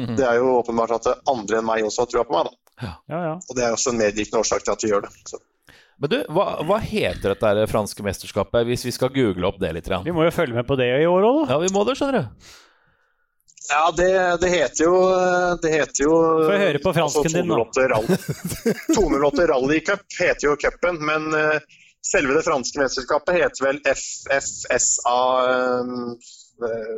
S7: det er jo åpenbart at andre enn meg også har trua på meg. Da.
S2: Ja, ja.
S7: Og det er også en medvirkende årsak til at vi gjør det. Så.
S1: Men du, hva, hva heter dette her franske mesterskapet, hvis vi skal google opp det litt? grann?
S2: Vi må jo følge med på det i år òg, da.
S1: Ja, vi må det, skjønner du.
S7: Ja, det, det heter jo Det heter jo altså,
S2: Få høre på fransken din, da.
S7: 208 Rally- 208 rallycup heter jo cupen, men eh, selve det franske mesterskapet heter vel FFSA eh, eh,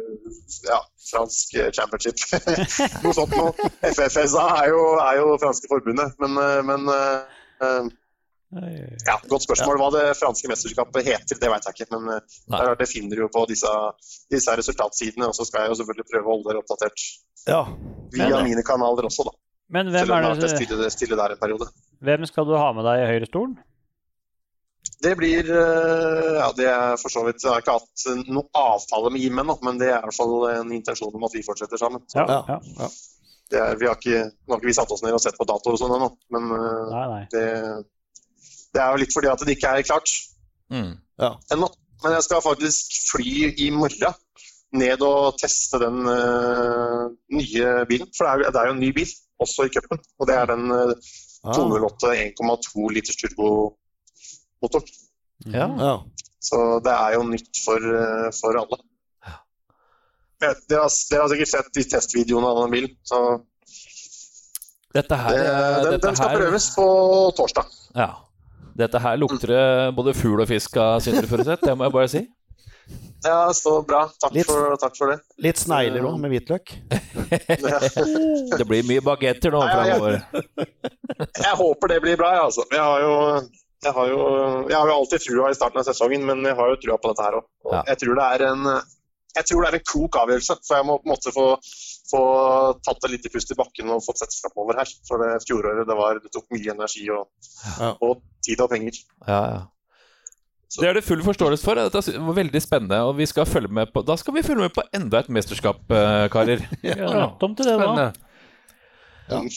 S7: Ja, fransk eh, championship. noe sånt noe. FFSA er jo, er jo franske forbundet, men, eh, men eh, eh, ja, Godt spørsmål. Hva det franske mesterskapet heter, det vet jeg ikke. Men eh, det,
S1: Nei.
S7: er klart, det finner du jo på disse, disse her resultatsidene. Og så skal jeg jo selvfølgelig prøve å holde dere oppdatert
S3: Ja.
S7: via mine kanaler også, da.
S2: Men eh, hvem,
S7: Selv om
S2: er
S7: jeg har vært
S2: det,
S7: stille, stille der en periode.
S2: hvem skal du ha med deg i høyrestolen?
S7: Det blir eh, Ja, det er for så vidt Jeg har ikke hatt noen avtale med Jim ennå, men det er i hvert fall en intensjon om at vi fortsetter sammen. Så
S2: Ja,
S3: Ja.
S2: ja.
S7: det er, vi har ikke, nå har ikke vi satt oss ned og sett på dato og sånn ennå, men eh,
S2: Nei, nei.
S7: det, det er jo litt fordi at det ikke er klart.
S1: Mm.
S7: ennå. Men jeg skal faktisk fly i morgen ned og teste den eh, nye bilen. For det er, jo- det er jo en ny bil, også i cupen. Og det er den eh,
S1: Ah.
S3: Ja.
S7: 208 1,2 liters turbomotor.
S2: Mm.
S1: Ja.
S3: Ja.
S7: Så det er jo nytt for, eh, for alle. Ja, Dere har, dere har sikkert sett de testvideoene av den bilen. Så
S1: Dette her,
S7: det,
S1: eh,
S7: den,
S1: dette
S7: den skal
S1: her
S7: prøves på torsdag.
S1: Ja. Dette her lukter det både fugl og fisk av Sindre Furuseth, det må jeg bare si.
S7: Ja, så bra. Takk,
S3: Litt-
S7: for, takk for det.
S3: Litt snegler òg, med hvitløk.
S1: Det blir mye bagetter nå
S7: Nei, ja, ja.
S1: framover.
S7: Jeg håper det blir bra, jeg, altså. Jeg har jo, jeg har jo, jeg har jo alltid trua i starten av sesongen, men jeg har jo trua på dette her òg.
S1: Ja.
S7: Jeg tror det er en jeg tror det er en klok avgjørelse, for jeg må på en måte få, få tatt det litt i pust i bakken og fått sett framover her. For det fjoråret det, var, det tok mye energi og,
S3: Ja.
S7: og tid og penger.
S1: Ja, ja. Det er det full forståelse for. Dette sy- var veldig spennende. Og vi skal følge med på, da skal vi følge med på enda et mesterskap, eh, karer.
S2: Vi har lagt om til det nå.
S4: Spennende.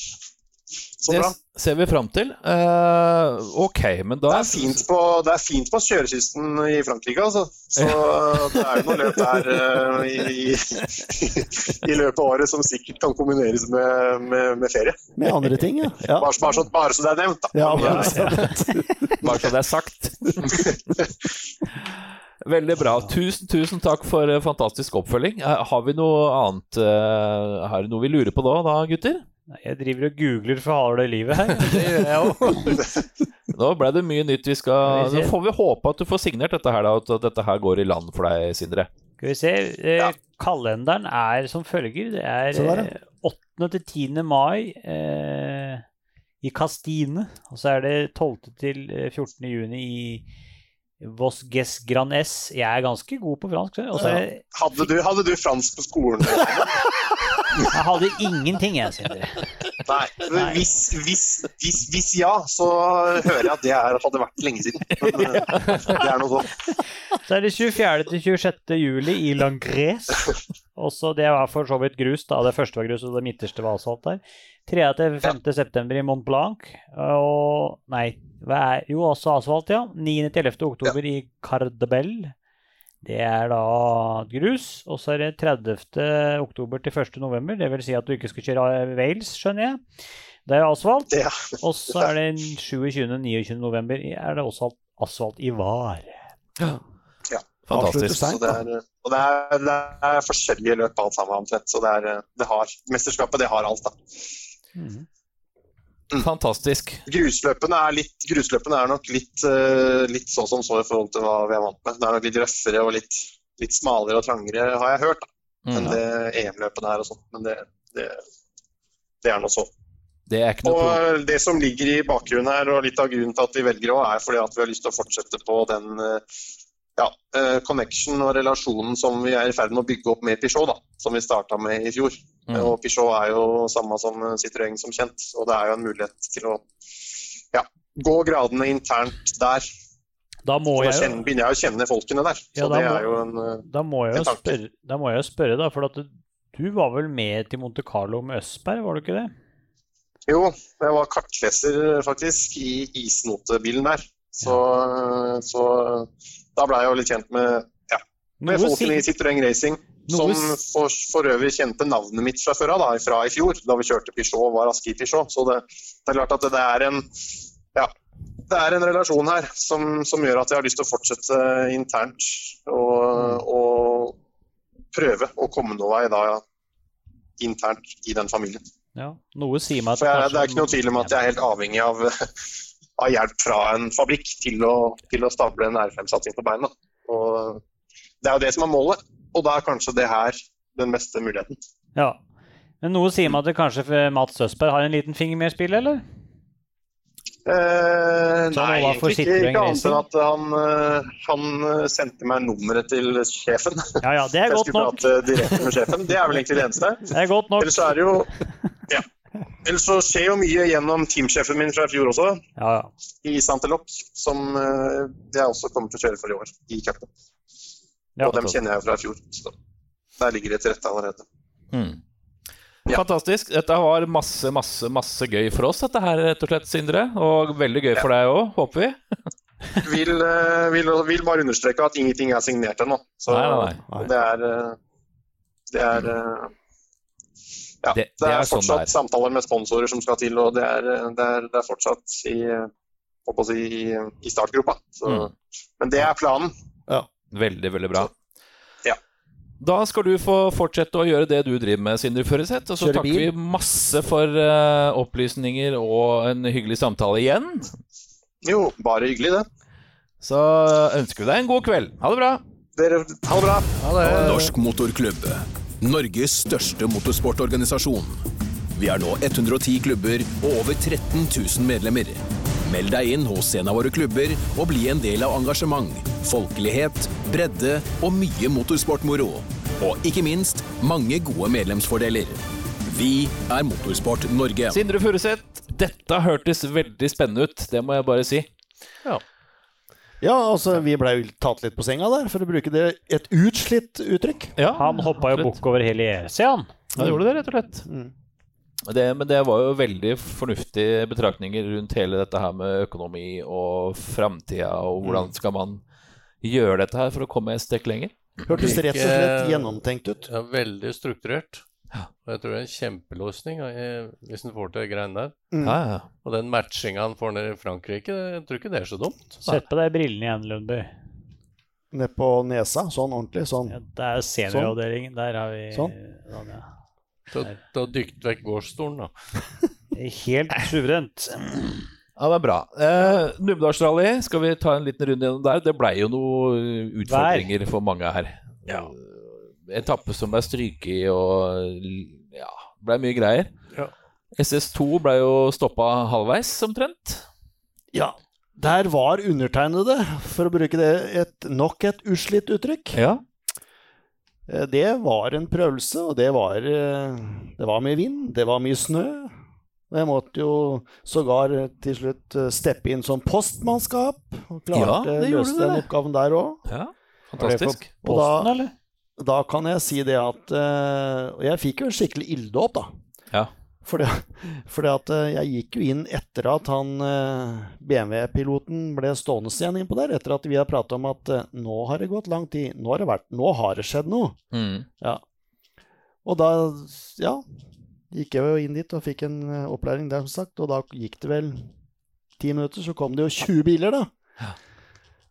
S7: Så bra.
S1: Det ser vi fram til. Eh, ok, men da
S7: Det er fint på, det er fint på kjørekysten i Frankrike, altså. Så det er jo noe løp der eh, i, i, i løpet av året som sikkert kan kombineres med, med, med ferie.
S3: Med andre ting, ja. ja.
S7: Bare, så- bare, så, bare så det er nevnt, da.
S3: ja
S7: Men,
S3: men, altså,
S7: eh,
S1: Bare så det er sagt. Veldig bra. Tusen, tusen takk for eh, fantastisk oppfølging. Eh, Har vi noe annet eh, Har du noe vi lurer på da, da, gutter?
S2: Jeg driver og googler for harde livet her.
S1: Nå ble det mye nytt. Vi skal Nå får vi håpe at du får signert dette her, da. og At dette her går i land for deg, Sindre.
S2: Skal vi se. Eh,
S7: Ja.
S2: Kalenderen er som følger. Det er
S3: Se der, ja.
S2: eh, 8. til 10. mai eh, i Castine. Og så er det 12. til eh, 14. juni i Vosges Granes. Jeg er ganske god på fransk. skjønner du. Og så er det-
S7: Hadde du, hadde du fransk på skolen?
S2: jeg hadde ingenting, jeg, Sindre.
S7: Nei. Men Hvis, hvis, hvis, hvis ja, så hører jeg at det er, hadde vært lenge siden. Men eh, det er noe sånn.
S2: Så er det 24. til 26. juli i Langres. Også det var for så vidt grus, da. Det første var grus, og det midterste var asfalt der. 3. til 5. september i Mont Blanc. Og Nei, hva er Jo, også asfalt, ja. 9. til 11. oktober i Cardebel. Det er da grus. Og så er det 30. oktober til 1. november. Det vil si at du ikke skal kjøre Wales, skjønner jeg. Det er asfalt.
S7: Det,
S2: Og så er det 27. og 29. november i- er det også asfalt i Var.
S3: Avslutter
S1: Fantastisk.
S3: seg.
S7: så det er, eh, og det er, det er forskjellige løp alt sammen omtrent. Så det er, eh, det har, mesterskapet, det har alt, da.
S2: Mhm.
S1: Fantastisk.
S7: Grusløpene er, litt, grusløpene er nok litt, eh, litt sånn som så i forhold til hva vi er vant med. Det er nok litt røffere og litt, litt smalere og trangere, har jeg hørt, da, enn
S1: Mm.
S7: det EM-løpene er og sånt. Men det, det, det er nå så.
S1: Det er ikke noe problem.
S7: Og eh, det som ligger i bakgrunnen her, og litt av grunnen til at vi velger òg, er fordi at vi har lyst til å fortsette på den eh, ja, eh, connection og relasjonen som vi er i ferd med å bygge opp med Peugeot, da, som vi starta med i fjor.
S1: Mm.
S7: Eh, Og Peugeot er jo samme som eh, Citroën, som kjent, og det er jo en mulighet til å ja, gå gradene internt der.
S2: Da må
S7: Og da
S2: jeg jo
S7: kjenner, begynner jeg å kjenne folkene der. Så
S2: Ja, da
S7: det
S2: må-
S7: er jo en eh,
S2: Da må jeg jo
S7: En tanke.
S2: spørre, da må jeg jo spørre da, for at du, du var vel med til Monte Carlo med Østberg, var du ikke det?
S7: Jo, jeg var kartleser eh, faktisk i isnotebilen der. Så, eh, så eh, da blei jeg jo litt kjent med, ja, med
S2: Noe
S7: folkene i Citroën Racing.
S2: Noe
S7: Som for, for øvrig kjente navnet mitt fra før av, da, fra i fjor, da vi kjørte Peugeot og var Aski Peugeot. Så det, det er klart at det, det er en ja, det er en relasjon her som, som gjør at jeg har lyst til å fortsette internt
S2: Mm.
S7: og, og prøve å komme noen vei da internt i den familien.
S2: Ja, noe sier meg at
S7: For jeg,
S2: kanskje-
S7: det er ikke noe tvil om at jeg er helt avhengig av, av hjelp fra en fabrikk til å, til å stable en R5-satsing på beina. Og det er jo det som er målet, og da er kanskje det her den beste muligheten.
S2: Ja. Men noe sier meg at det kanskje for Mats Østberg har en liten finger med i spillet, eller?
S7: Eh,
S2: Så han
S7: nei,
S2: var for
S7: egentlig ikke,
S2: Citroën
S7: ikke annet
S2: Racing?
S7: enn at han, eh, han eh, sendte meg nummeret til sjefen.
S2: Ja, ja, det er
S7: Jeg
S2: godt
S7: skulle
S2: nok.
S7: prate direkte med sjefen. Det er vel egentlig det eneste.
S2: Det er godt nok.
S7: Ellers så er det jo ja. Ellers så skjer jo mye gjennom teamsjefen min fra i fjor også,
S2: Ja, ja.
S7: i Santelok, som eh, jeg også kommer til å kjøre for i år, i cupen.
S2: Ja,
S7: og dem kjenner jeg fra i fjor. Så der ligger det til rette allerede.
S1: Mm.
S7: eh, Ja.
S1: Fantastisk. Dette var masse, masse, masse gøy for oss, dette her, rett og slett, Sindre. Og veldig gøy for deg òg, håper vi.
S7: Vil, eh, vil, vil bare understreke at ingenting er signert ennå. Så
S1: Nei, nei, nei.
S7: det er eh, Det er eh, ja, det,
S1: Det- det er
S7: er
S1: sånn
S7: fortsatt
S1: det er.
S7: samtaler med sponsorer som skal til, og det er, eh, det er, det er fortsatt i, eh, håper å si, i, i startgropa. Så,
S1: Mm.
S7: Men det er planen.
S1: Veldig, veldig bra.
S7: Ja.
S1: Da skal du få fortsette å gjøre det du driver med, Sindre Føreseth. Og så
S3: Kjøre
S1: takker
S3: bil.
S1: vi masse for eh, opplysninger og en hyggelig samtale igjen.
S7: Jo, bare hyggelig, det.
S1: Så ønsker vi deg en god kveld. Ha det bra.
S7: Dere, ha det bra.
S6: Norsk Motorklubb. Norges største motorsportorganisasjon. Vi er nå 110 klubber og over 13 000 medlemmer. Meld deg inn hos en av våre klubber og bli en del av engasjement, folkelighet, bredde og mye motorsportmoro. Og ikke minst mange gode medlemsfordeler. Vi er Motorsport Norge.
S1: Sindre Furuseth, dette hørtes veldig spennende ut, det må jeg bare si.
S3: Ja, altså, vi blei jo tatt litt på senga der, for å bruke det et utslitt uttrykk.
S2: Han hoppa jo bukk over hele ESE, han.
S1: Han gjorde det, rett og slett.
S3: Mm.
S1: Det, men det var jo veldig fornuftige betraktninger rundt hele dette her med økonomi og framtida, og
S3: Mm.
S1: hvordan skal man gjøre dette her for å komme et steg lenger?
S3: Hørtes rett og slett gjennomtenkt ut.
S4: Ja, veldig strukturert. Og jeg tror det er en kjempeløsning eh, hvis en får til de greiene der.
S3: Mm.
S1: Ja, ja.
S4: Og den matchinga han får nede i Frankrike, det- jeg tror ikke det er så dumt.
S2: Sett på deg brillene igjen, Lundby.
S3: Ned på nesa, sånn ordentlig. Sånn.
S2: Ja, det er jo senioravdelingen. Der har vi sånn, ja.
S4: Ta, ta dykt vekk gårdsstolen, da.
S2: Helt suverent.
S1: Ja, det er bra. Eh, Numedalsrally, skal vi ta en liten runde gjennom der? Det blei jo noen utfordringer for mange her. Ja. Etappe som ble stryket og ja, blei mye greier.
S4: Ja.
S1: SS2 blei jo stoppa halvveis, omtrent.
S3: Ja. Der var undertegnede, for å bruke det et, nok et uslitt uttrykk.
S1: Ja.
S3: Eh, Det var en prøvelse, og det var, eh, det var mye vind, det var mye snø. Og jeg måtte jo sågar eh, til slutt eh, steppe inn som postmannskap, og
S1: Ja,
S3: klarte
S1: det gjorde
S3: å løse
S1: du
S3: den
S1: det.
S3: oppgaven der òg.
S1: Fantastisk.
S3: Og da,
S2: Posten, eller?
S3: da kan jeg si det at eh, Og jeg fikk jo en skikkelig ilddåp, da.
S1: Ja.
S3: Fordi, fordi at eh, jeg gikk jo inn etter at han eh, BMW-piloten ble stående igjen innpå der, etter at vi har prata om at eh, nå har det gått lang tid, nå har det, vært, nå har det skjedd noe.
S1: Mm.
S3: Og da, ja, gikk jeg jo inn dit og fikk en eh, opplæring der, som sagt, og da gikk det vel ti minutter, så kom det jo 20 biler, da.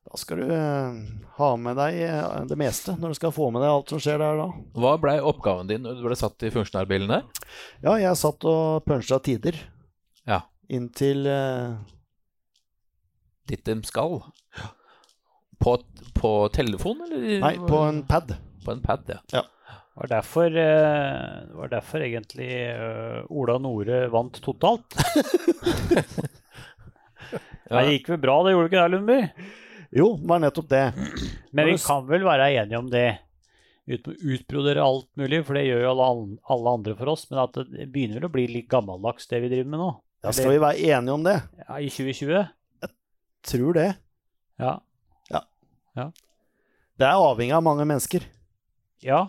S3: Da skal du eh, ha med deg eh, det meste, når du skal få med deg alt som skjer der da.
S1: Hva blei oppgaven din når du ble satt i funksjonærbilen der?
S3: Ja, jeg satt og punsja tider.
S1: Ja.
S3: Inntil eh,
S1: Dit de skal? På, på telefon, eller?
S3: Nei, på en pad.
S1: på en pad, ja.
S2: Det var derfor, eh, det var derfor egentlig eh, Ola Nore vant totalt.
S1: Ja.
S2: Det gikk vel bra, det gjorde det ikke det, Lundby?
S3: Jo, det var nettopp det.
S2: Men vi
S3: Når du s-
S2: kan vel være enige om det, uten å utbrodere alt mulig, for det gjør jo alle, an- alle andre for oss, men at det begynner vel å bli litt gammeldags, det vi driver med nå.
S3: Ja, skal vi være enige om det?
S2: Ja, I 2020.
S3: Tror det.
S2: Ja.
S3: Det er avhengig av mange mennesker.
S2: ja.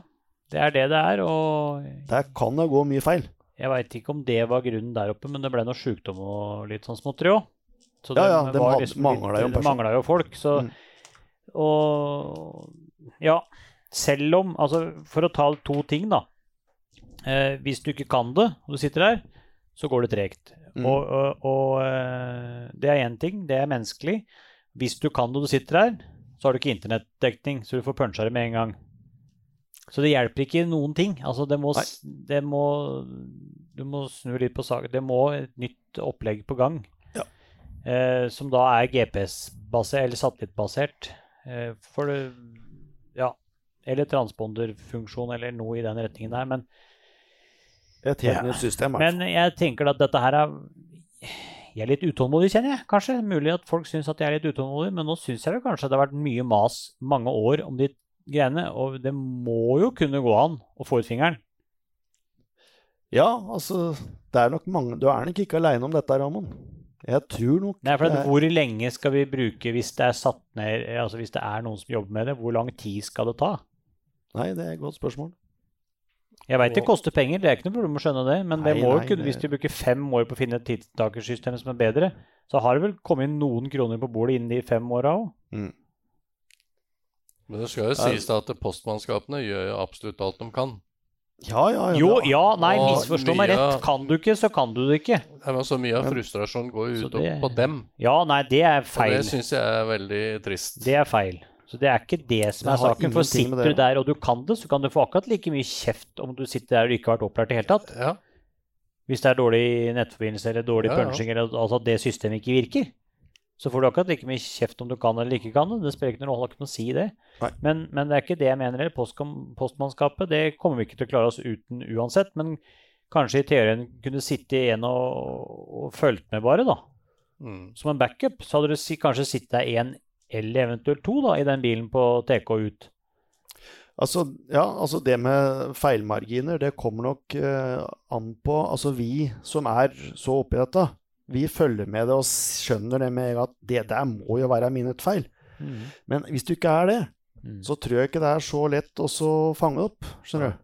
S2: Det er det det er, og
S3: Der kan det gå mye feil.
S2: jeg veit ikke om det var grunnen der oppe, men det ble noe sjukdom og litt sånn småtteri òg. Så
S3: Ja,
S2: dem
S3: ja, dem
S2: var liksom
S3: hadde-
S2: litt-
S3: manglet jo en
S2: det
S3: person.
S2: manglet jo folk, så
S3: Mm.
S2: Og ja, selv om Altså, for å ta to ting, da. Eh, hvis du ikke kan det, og du sitter der, så går det tregt.
S3: Mm.
S2: Og, og, og eh, det er én ting, det er menneskelig. Hvis du kan det og du sitter der, så har du ikke internettdekning, så du får punsja det med en gang. Så det hjelper ikke noen ting. Altså, det må, s- det må Du må snu litt på saken. Det må et nytt opplegg på gang. Eh, som da er GPS-basert, eller satellittbasert. Eh, for det Ja. Eller transponderfunksjon, eller noe i den retningen der. Men
S3: Et helt nytt system.
S2: men
S3: Men,
S2: jeg tenker at dette her er Jeg er litt utålmodig, kjenner jeg. Kanskje mulig at folk syns at jeg er litt utålmodig, men nå syns jeg vel kanskje at det har vært mye mas mange år om de greiene, og det må jo kunne gå an å få ut fingeren.
S3: ja, altså, det er nok mange Du er nok ikke aleine om dette, Ramon. Jeg tror nok
S2: Nei, for at
S3: det er-
S2: Hvor lenge skal vi bruke hvis det er satt ned Altså hvis det er noen som jobber med det, hvor lang tid skal det ta?
S3: Nei, det er et godt spørsmål.
S2: Jeg veit det koster penger, det er ikke noe problem å skjønne det, men det
S3: Nei,
S2: må jo
S3: nei,
S2: kunne,
S3: det-
S2: hvis du bruker fem år på å finne et tidstakersystem som er bedre, så har det vel kommet inn noen kroner på bordet innen de fem åra òg?
S4: Men det skal jo
S3: Ja.
S4: sies da at postmannskapene gjør jo absolutt alt de kan.
S3: Ja, ja, ja.
S2: Jo,
S3: det-
S2: ja, nei,
S4: Og
S2: misforstå meg
S4: mye-
S2: rett. Kan du ikke, så kan du det ikke.
S4: Nei, men så mye av frustrasjonen går jo
S2: Så
S4: ut
S2: det-
S4: på dem.
S2: Ja, nei, det er
S4: Og det
S2: feil.
S4: syns jeg er veldig trist.
S2: Det er feil. Så det er ikke det som
S3: Det
S2: er saken.
S3: har
S2: For
S3: ingenting med
S2: sitter
S3: det
S2: du der og du kan det, så kan du få akkurat like mye kjeft om du sitter der og ikke har vært opplært i det hele tatt.
S4: Ja,
S2: Hvis det er dårlig nettforbindelse eller dårlig
S4: Ja, ja.
S2: punching, eller altså at det systemet ikke virker, så får du akkurat like mye kjeft om du kan eller ikke kan det. Det spiller ikke noen rolle, det har ikke noe å si det.
S3: Nei.
S2: Men, men det er ikke det jeg mener. eller Postkom- Postmannskapet det kommer vi ikke til å klare oss uten uansett. Men kanskje i teorien kunne sitte igjen og, og fulgt med, bare, da
S4: mm.
S2: som en backup, så hadde du si, kanskje sittet der én eller eventuelt to da, i den bilen på TK ut.
S3: Altså, ja, altså det med feilmarginer, det kommer nok eh, an på Altså vi som er så oppi dette, vi følger med det og skjønner det med en gang at det der må jo være en minutfeil.
S4: Mm.
S3: Men hvis du ikke er det,
S2: Mm.
S3: så tror jeg ikke det er så lett å så fange det opp. skjønner du?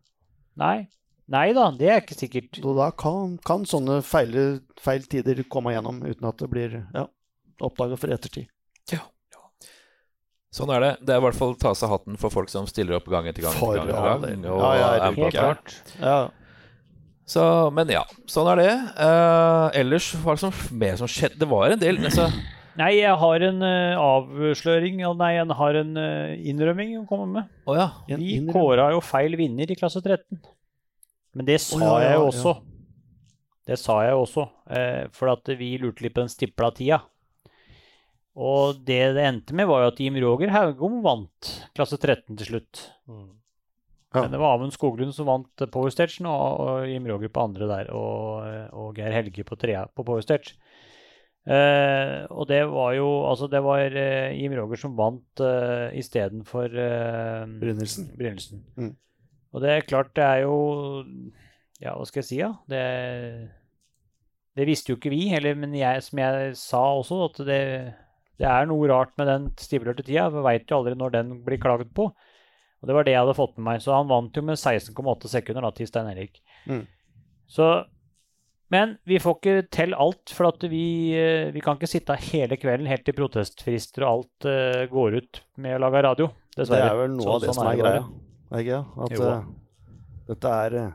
S2: Nei. Nei da, det er ikke sikkert.
S3: Og da kan, kan sånne feil, feil tider komme gjennom uten at det blir ja, oppdaga for ettertid.
S1: Sånn er det. Det er i hvert fall å ta av seg hatten for folk som stiller opp gang etter gang.
S3: For
S1: etter
S3: all
S1: gang,
S3: del.
S1: etter gang og
S3: Ja, ja,
S1: er
S3: det er
S1: på
S3: helt
S1: klart.
S3: klart. Ja.
S1: Så, men ja, sånn er det. Eh, ellers hva er det som, mer som skjedde? Det var en del. Altså,
S2: Nei, jeg har en eh, avsløring. eller Nei, jeg har en eh, innrømming å komme med.
S1: å ja.
S3: En
S2: Vi
S3: innrøm-
S2: kåra jo feil vinner i klasse 13. Men det sa
S3: Å, ja, ja,
S2: jeg jo
S3: ja.
S2: også. Det sa jeg jo også, eh, for at vi lurte litt på den stipla tida. Og det det endte med, var jo at Jim Roger Haugom vant klasse 13 til slutt.
S3: Mm. Ja.
S2: Men det var Amund Skoglund som vant eh, Power Stage, og, og Jim Roger på andre der, og, eh, og Geir Helge på trea på Power Stage. Eh, og det var jo Altså, det var eh, Jim Roger som vant eh, istedenfor eh,
S3: Brynildsen.
S2: Brynildsen.
S3: Mm.
S2: Og det er klart, det er jo Ja, hva skal jeg si, da? Det, det visste jo ikke vi, eller, men jeg, som jeg sa også, at det, det er noe rart med den stivlørte tida. Vi veit jo aldri når den blir klaget på. Og det var det jeg hadde fått med meg. Så han vant jo med 16,8 sekunder da, til Stein Erik.
S3: Mm.
S2: Så Men vi får ikke til alt, for at vi, eh, vi kan ikke sitte hele kvelden helt til protestfrister og alt eh, går ut med å lage radio.
S3: Det
S2: Dessverre.
S3: er vel noe
S2: Så-
S3: av det
S2: sånn
S3: som er
S2: bare.
S3: greia. Er det ikke det? At
S2: Jo.
S3: eh, dette er eh,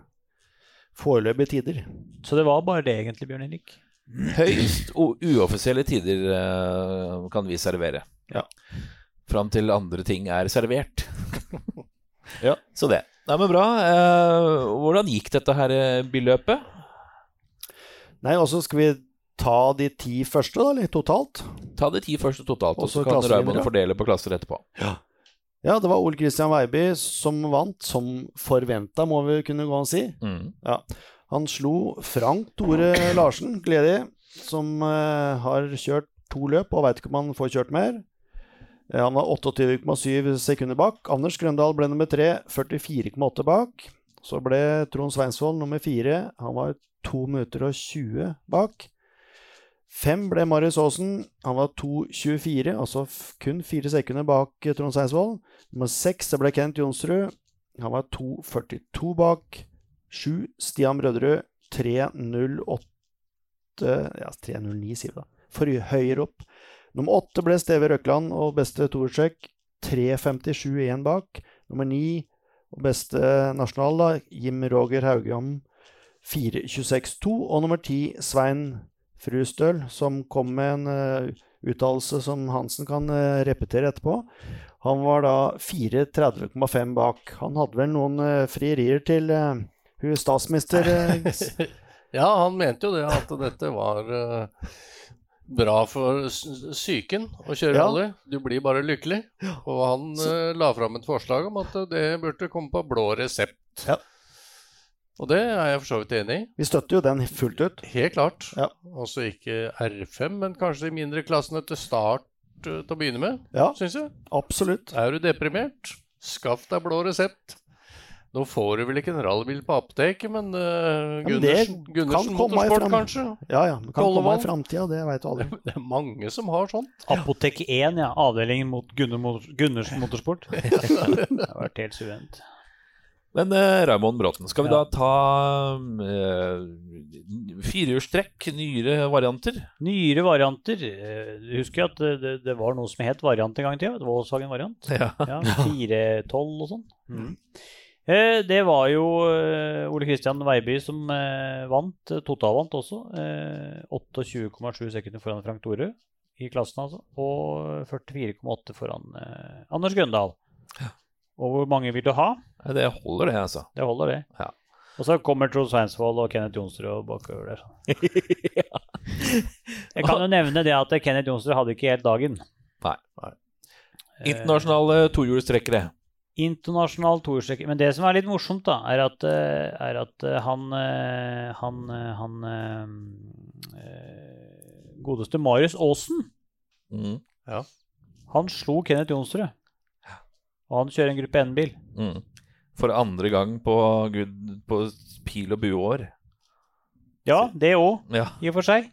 S3: foreløpige tider.
S2: Så det var bare det egentlig, Bjørn Henrik.
S1: Høyst o- uoffisielle tider eh, kan vi servere.
S3: Ja.
S1: Fram til andre ting er servert.
S3: Ja.
S1: Så det. Nei, men bra. Eh, hvordan gikk dette her eh, billøpet?
S3: Nei, og så skal vi ta de ti første, da, eller totalt.
S1: Ta de ti første totalt, og
S3: Også
S1: så kan
S3: klassevinnere.
S1: Raymond fordele på klasser etterpå.
S3: Ja, det var Ole Christian Weiby som vant, som forventa, må vi kunne gå og si.
S1: Mm.
S3: Han slo Frank Tore Larsen, gledelig, som eh, har kjørt to løp og veit ikke om han får kjørt mer. Eh, han var 28,7 sekunder bak. Anders Grøndal ble nummer tre, 44,8 bak. Så ble Trond Sveinsvold nummer fire. Han var 2 minutter og 20 bak. Fem ble Marius Aasen. Han var 2,24, altså f kun fire sekunder bak eh, Trond Sveinsvold. Nummer seks det ble Kent Jonsrud. Han var 2,42 bak. 7 Stian Brødrud 308 Ja, 309 sier vi da. For høyere opp. Nummer 8 ble Steve Røkland og beste Torsek 357-1 bak. Nummer 9 og beste nasjonal da, Jim Roger Haugram 426-2. Og nummer 10 Svein Frustøl, som kom med en eh, uttalelse som Hansen kan eh, repetere etterpå. Han var da 4.30,5 bak. Han hadde vel noen eh, frierier til eh, hun statsminister eh,
S4: Ja, han mente jo det, at dette var eh, bra for s- psyken å kjøre
S3: Ja.
S4: rally. Du blir bare lykkelig. Og han eh, la fram et forslag om at det burde komme på blå resept.
S3: Ja.
S4: Og det er jeg for så vidt enig i.
S3: Vi støtter jo den fullt ut.
S4: Helt klart.
S3: Ja.
S4: Altså ikke R5, men kanskje de mindre klassene til start eh, til å begynne med,
S3: Ja,
S4: syns jeg.
S3: absolutt.
S4: Er du deprimert, skaff deg blå resept. Nå får du vel ikke en rallybil på apoteket, men eh,
S3: Ja, men det
S4: Gundersen, Gundersen
S3: kan komme meg
S4: Motorsport,
S3: fram.
S4: kanskje?
S3: Ja, ja. Det kan komme
S4: Kollevang.
S3: i framtida, det veit du aldri.
S4: Det er mange som har sånt.
S2: Apotek 1, ja. Avdelingen mot Gunner Mot- Gunners Motorsport. det har vært helt suvent.
S1: Men eh, Raymond Bråten, skal vi
S2: Ja.
S1: da ta uh, firehjulstrekk, nyere varianter?
S2: Nyere varianter. eh, Du husker at det, det, det var noe som het variant en gang i tida? Det var Volkswagen variant.
S1: Ja.
S2: Ja, 412 og sånn. Eh, Det var jo eh, Ole Kristian Veiby som eh, vant, eh, totalvant også. eh, 28,7 sekunder foran Frank Tore i klassen, altså. Og 44,8 foran eh, Anders Grøndal. Og hvor mange vil du ha?
S1: Nei, Det holder, det, altså.
S2: Det holder, det.
S1: Ja.
S2: Og så kommer Trond Sveinsvold og Kenneth Jonsrud bakover der. sånn. Jeg kan jo nevne det at Kenneth Jonsrud hadde ikke helt dagen.
S1: Nei.
S2: Eh,
S1: Internasjonale tohjulstrekkere.
S2: Internasjonal toerstrekker. Men det som er litt morsomt, da, er at, eh, er at eh, han eh, Han, eh, han eh, eh, godeste Marius Aasen,
S1: Mm.
S2: han slo Kenneth Jonsrud. Og han kjører en gruppe N-bil.
S1: Mm. For andre gang på, gud, på pil og bueår.
S2: Ja, det òg,
S1: Ja.
S2: i og for seg.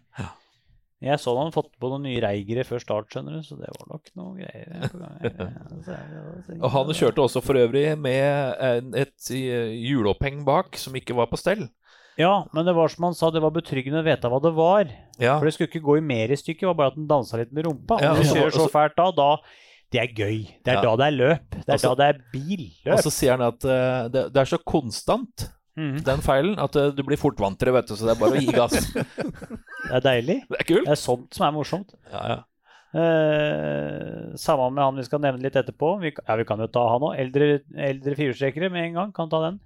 S2: Jeg så han hadde fått på noen nye reigere før start, skjønner du, så det var nok noe greier. på gang. Så-
S1: Og han kjørte også for øvrig med en- et eh, hjuloppheng bak som ikke var på stell.
S2: Ja, men det var som han sa, det var betryggende å vite hva det var.
S1: Ja.
S2: For det skulle ikke gå i mer i stykket, det var bare at den dansa litt med rumpa.
S1: Ja,
S2: og når du
S1: og så-
S2: kjører så
S1: og så-
S2: fælt da, da Det er gøy. Det
S1: Ja.
S2: er da det er løp. Det er
S1: Altså-
S2: da det er billøp.
S1: Og så sier han at eh, det, det er så konstant,
S2: Mhm.
S1: den feilen, at eh, du blir fort vant til det, vet du. Så det er bare å gi gass.
S2: Det er deilig.
S1: Det er kult.
S2: Det er sånt som er morsomt.
S1: Ja, ja.
S2: Eh, samme med han vi skal nevne litt etterpå. Vi, ja, vi kan jo ta han òg. Eldre, eldre firehjulstrekkere med en gang. Kan ta den.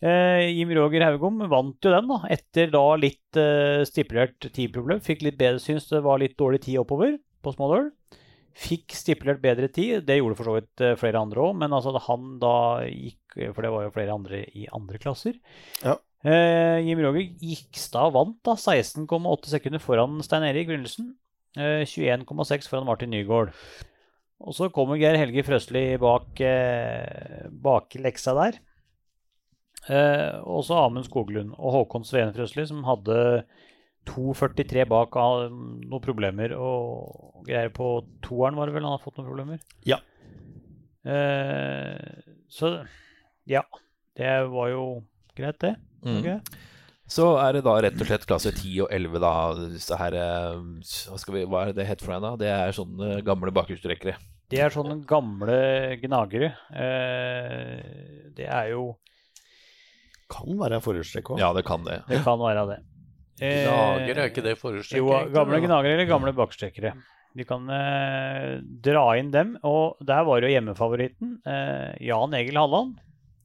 S2: Eh, Jim Roger Haugom vant jo den, da. Etter da litt eh, stipulert tidproblem. Fikk litt bedre syns det var litt dårlig tid oppover på Smådøl. Fikk stipulert bedre tid. Det gjorde for så vidt eh, flere andre òg, men altså da han da gikk eh, For det var jo flere andre i andre klasser.
S3: Ja.
S2: Eh, Jim Roger Gikstad vant da 16,8 sekunder foran Stein Erik Brynildsen. Eh, 21,6 foran Martin Nygaard. Og så kommer Geir Helge Frøsli bak, eh, bak leksa der. Eh, og så Amund Skoglund og Håkon Sveen Frøsli, som hadde 2,43 bak av noen problemer og greier på toeren, var det vel? Han har fått noen problemer?
S3: Ja.
S2: Eh, så ja. Det var jo greit, det.
S1: Mm.
S2: Ok.
S1: Så er det da rett og slett klasse 10 og 11, da. Disse her eh, Hva, skal vi, hva er det det heter for noe, da? Det er sånne gamle bakhjulstrekkere.
S2: Det er sånne gamle gnagere. Eh, det er jo
S3: Kan være forhjulstrekk òg.
S1: Ja, det kan det.
S2: Det kan være det. Eh,
S4: Gnager, er ikke det forestrekket?
S2: Jo, gamle gnagere eller gamle bakstrekkere. Vi kan eh, dra inn dem, og der var jo hjemmefavoritten eh, Jan Egil Halland.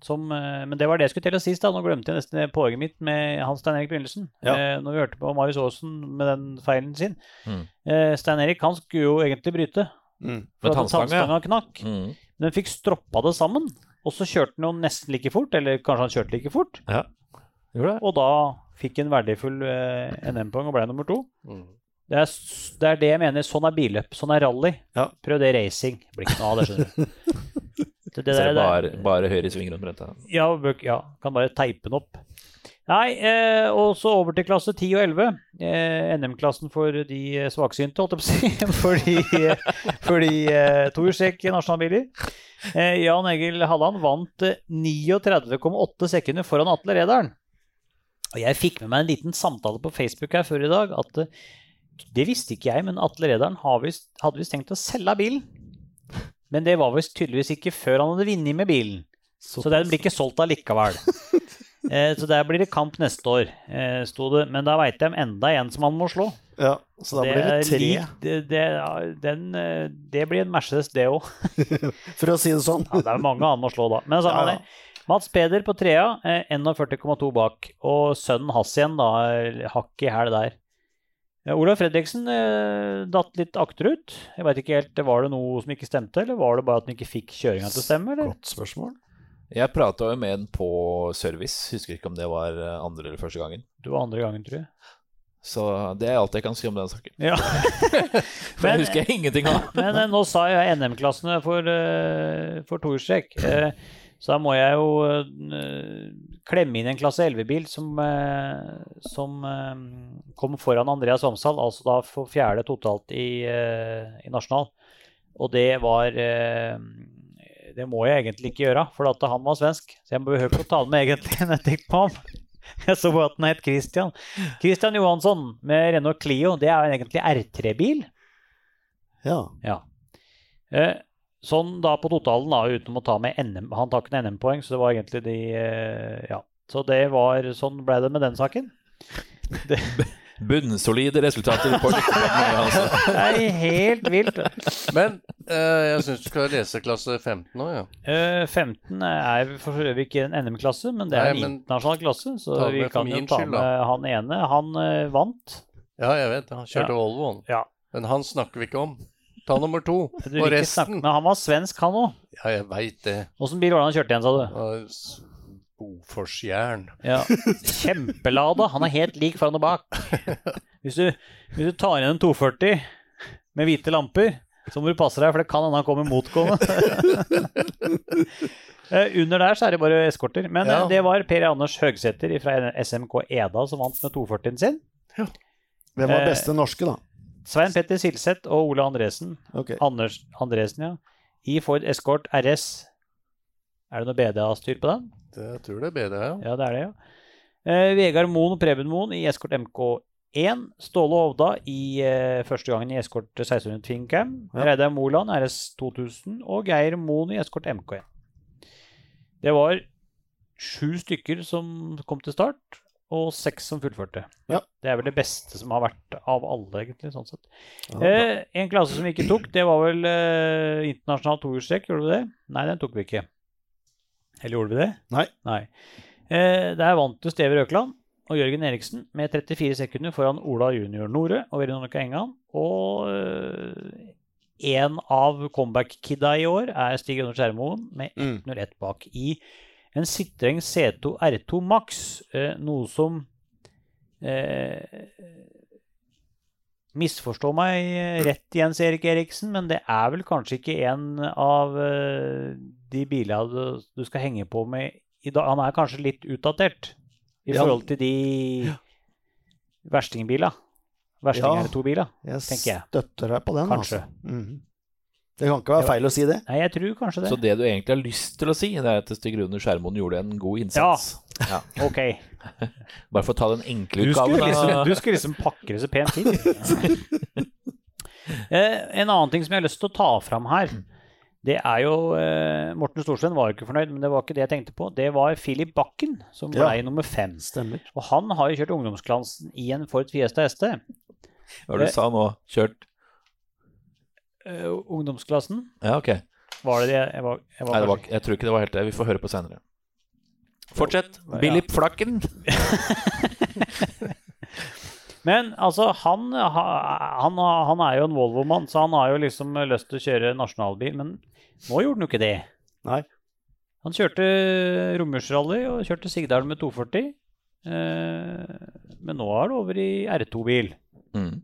S2: Som, eh, men det var det jeg skulle til å si i stad. Nå glemte jeg nesten det poenget mitt med Hans Stein Erik Brynildsen.
S3: Ja.
S2: Eh, når vi hørte på Marius Aasen med den feilen sin.
S1: Mm.
S2: Eh, Stein Erik han skulle jo egentlig bryte,
S3: Mm.
S1: Med
S2: for at
S1: tannstange, ja.
S2: tannstanga knakk.
S1: Mm.
S2: Men den fikk stroppa det sammen, og så kjørte han jo nesten like fort, eller kanskje han kjørte like fort.
S1: Ja. Gjorde det.
S2: Og da fikk han verdifull eh, NM-poeng og ble nummer to.
S4: Mm.
S2: Det er, s- det er det jeg mener. Sånn er billøp. Sånn er rally.
S3: Ja.
S2: Prøv det racing. Det Blir ikke noe av det, skjønner du. Det,
S1: Så
S2: det der,
S1: det er
S2: det,
S1: bare, bare høyre sving rundt brenta.
S2: ja, bøk- ja, kan bare teipe den opp. Nei, eh, og så over til klasse 10 og 11. Eh, NM-klassen for de eh, svaksynte, holdt jeg på å si. For de, eh, for de eh, tohjulstrekk i nasjonalbiler. Eh, Jan Egil Halland vant eh, 39,8 sekunder foran Atle Redalen. Og jeg fikk med meg en liten samtale på Facebook her før i dag at eh, det visste ikke jeg, men Atle Redalen har visst- hadde visst tenkt å selge bilen. Men det var visst tydeligvis ikke før han hadde vunnet med bilen. Så den blir ikke solgt allikevel. Eh, så der blir det kamp neste år, eh, sto det. Men da veit de enda en som han må slå.
S3: Ja, så da blir det
S2: er
S3: tre,
S2: lik- det, det, er- den, eh, det blir en Mercedes, det òg.
S3: for å si det sånn.
S2: Ja, det er jo mange han må slå, da. Men det er samme
S3: Ja, ja.
S2: det. Mats Peder på trea, eh, 41,2 bak. Og sønnen hans igjen, da. eh, Hakk i hæl der. Eh, Olav Fredriksen eh, datt litt akterut. Jeg veit ikke helt, Var det noe som ikke stemte, eller var det bare at han ikke fikk kjøringa til å stemme? Eller?
S3: Godt spørsmål.
S1: Jeg prata jo med en på service, husker ikke om det var eh, andre eller første gangen.
S2: Det var andre gangen, tror jeg.
S1: Så det er alt jeg kan si om den saken.
S2: Ja.
S1: For
S2: Men-
S1: jeg husker jeg ingenting av.
S2: Men eh, nå sa jeg NM-klassene for, uh, for toerstrekk. Eh, så da må jeg jo eh, klemme inn en klasse 11-bil som, eh, som eh, kom foran Andreas Omsal, altså da for fjerde totalt i, eh, i nasjonal. Og det var eh, Det må jeg egentlig ikke gjøre, for at han var svensk. Så jeg behøver ikke å ta det med egentlig, når jeg tenker på ham. Jeg så bare at han het Christian. Christian Johansson med Renault Clio, det er jo egentlig R3-bil.
S3: Ja.
S2: Ja. Eh, sånn da på totalen, da, uten å ta med NM. Han tar ikke noe NM-poeng, så det var egentlig de eh, Ja. Så det var Sånn ble det med den saken.
S1: Bunnsolide resultater på lykkeplatene. Altså.
S2: Det er helt vilt.
S4: Men eh, jeg syns du skal lese klasse 15 òg, ja.
S2: Eh, 15 er for så vidt ikke en NM-klasse, men det er
S4: Nei,
S2: en
S4: men-
S2: internasjonal klasse, så
S4: Ta det
S2: vi
S4: med for
S2: kan jo
S4: min
S2: ta
S4: skyld, da.
S2: med han ene. Han eh, vant.
S4: Ja, jeg vet. Han kjørte
S2: Ja.
S4: Volvo, han.
S2: Ja.
S4: Men han snakker vi ikke om. Ta nummer to.
S2: Du
S4: Og
S2: vil ikke snakke
S4: resten
S2: med Han var svensk, han òg.
S4: Ja, jeg veit det.
S2: Åssen bil var det han kjørte igjen, sa du?
S4: Og s- Boforsjern.
S2: Ja. Kjempelada. Han er helt lik foran og bak. Hvis du, hvis du tar inn en 240 med hvite lamper, Så må du passe deg, for det kan hende han kommer motgående. Eh, Under der så er det bare eskorter. Men eh,
S4: Ja.
S2: det var Per Anders Høgsæter fra SMK Eda som vant med 240-en sin.
S3: Hvem var
S2: Eh,
S3: beste norske, da?
S2: Svein Petter Silseth og Ole Andresen.
S3: Ok.
S2: Anders Andresen, ja. I Ford Escort RS. Er det noe BDA-styr på den?
S4: Det, jeg tror det er bedre, ja.
S2: Ja, det er det, ja. Eh, Vegard Moen og Preben Moen i Escort MK1. Ståle Hovda i eh, første gangen i Escort 1600 Twin Cam. Reidar Moland RS 2000 og Geir Moen i Escort MK1. Det var sju stykker som kom til start, og seks som fullførte.
S3: Ja.
S2: Det er vel det beste som har vært av alle, egentlig. sånn sett.
S3: Ja, bra.
S2: Eh, en klasse som vi ikke tok, det var vel eh, internasjonal tohjulstrekk, gjorde vi det? Nei, den tok vi ikke. Eller gjorde vi det?
S3: Nei.
S2: Eh, der vant jo Steve Røkland og Jørgen Eriksen med 34 sekunder foran Ola junior Nore og Veronica Engan. Og eh, en av comeback-kidda i år er Stig Gunnar Skjermoen med
S3: Mm.
S2: 101 bak i en Citroën C2 R2 Max, eh, noe som eh, Misforstå meg eh, rett, Jens Erik Eriksen, men det er vel kanskje ikke en av eh, de bilene du, du skal henge på med i dag. Han er kanskje litt utdatert i
S3: Ja.
S2: forhold til de verstingbilene.
S3: Ja.
S2: Verstinger to biler.
S3: Jeg
S2: tenker jeg.
S3: støtter deg på den.
S2: Kanskje.
S3: Altså. Mhm. Det kan ikke være feil å si det.
S2: Nei, jeg tror kanskje det.
S1: Så det du egentlig har lyst til å si, det er at Stig Rune Skjermoen gjorde en god innsats. Ja.
S2: Ok.
S1: Bare for å ta den enkle
S2: Du skulle,
S1: utgaven.
S2: liksom,
S1: av-
S2: du skulle liksom pakke det så pent inn. Eh, en annen ting som jeg har lyst til å ta fram her, det er jo eh, Morten Storsveen var jo ikke fornøyd, men det var ikke det jeg tenkte på. Det var Philip Bakken som
S3: Ja.
S2: blei nummer fem.
S3: Stemmer.
S2: Og han har jo kjørt ungdomsklansen i en Ford Fiesta ST.
S1: Hva var det du sa nå? Kjørt
S2: Eh, ungdomsklassen,
S1: Ja, ok.
S2: var det det jeg var, jeg var
S1: Nei, det var,
S2: kanskje-
S1: ikke- jeg tror ikke det var helt det. Vi får høre på seinere. Fortsett. Bilip Flakken.
S2: Men altså, han, ha- han, ha- han er jo en Volvo-mann, så han har jo liksom lyst til å kjøre nasjonalbil, men nå gjorde han jo ikke det.
S3: Nei.
S2: Han kjørte romjulsrally og kjørte Sigdal med 240, eh, men nå er det over i R2-bil.
S1: Mm.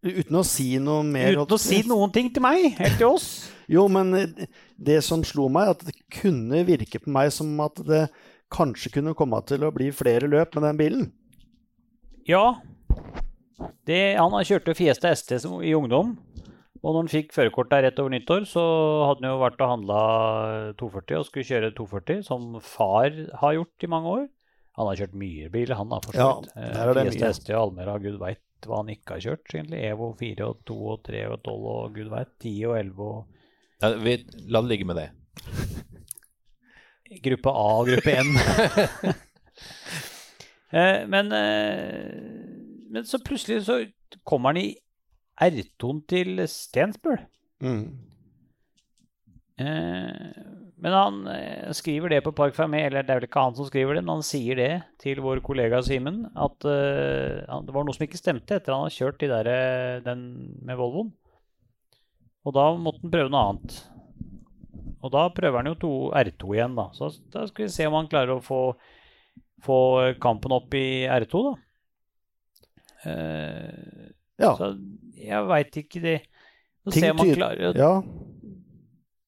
S3: Uten å si noe mer
S2: Uten å si noen ting til meg, helt til oss.
S3: Jo, men eh, det som slo meg, at det kunne virke på meg som at det kanskje kunne komme til å bli flere løp med den bilen.
S2: Ja. Det, han har kjørt jo Fiesta ST som, i ungdom. Og når han fikk førerkortet rett over nyttår, så hadde han jo vært og handla 240 og skulle kjøre 240, som far har gjort i mange år. Han har kjørt mye biler, han har
S3: Ja,
S2: forstått.
S3: der er
S2: Eh,
S3: det
S2: Fiesta
S3: mye.
S2: ST og Almera, gud veit hva han ikke har kjørt, egentlig. Evo 4 og 2 og 3 og 12 og gud veit 10 og 11 og
S1: Ja, vi, la det ligge med det.
S2: gruppe A og gruppe N. Eh, men, eh, men så plutselig så kommer han i R2-en til Stensbøl.
S4: Mm.
S2: Eh, men han eh, skriver det på Park Fermé, eller det er vel ikke han som skriver det, men han sier det til vår kollega Simen, at eh, han- det var noe som ikke stemte etter han har kjørt de der, eh, den med Volvoen. Og da måtte han prøve noe annet. Og da prøver han jo to, R2 igjen, da. Så da skal vi se om han klarer å få, få kampen opp i R2, da. Eh,
S3: Ja.
S2: Så jeg veit ikke det. Så
S3: Ting
S2: se om han
S3: tyder-
S2: klarer å
S3: Ja.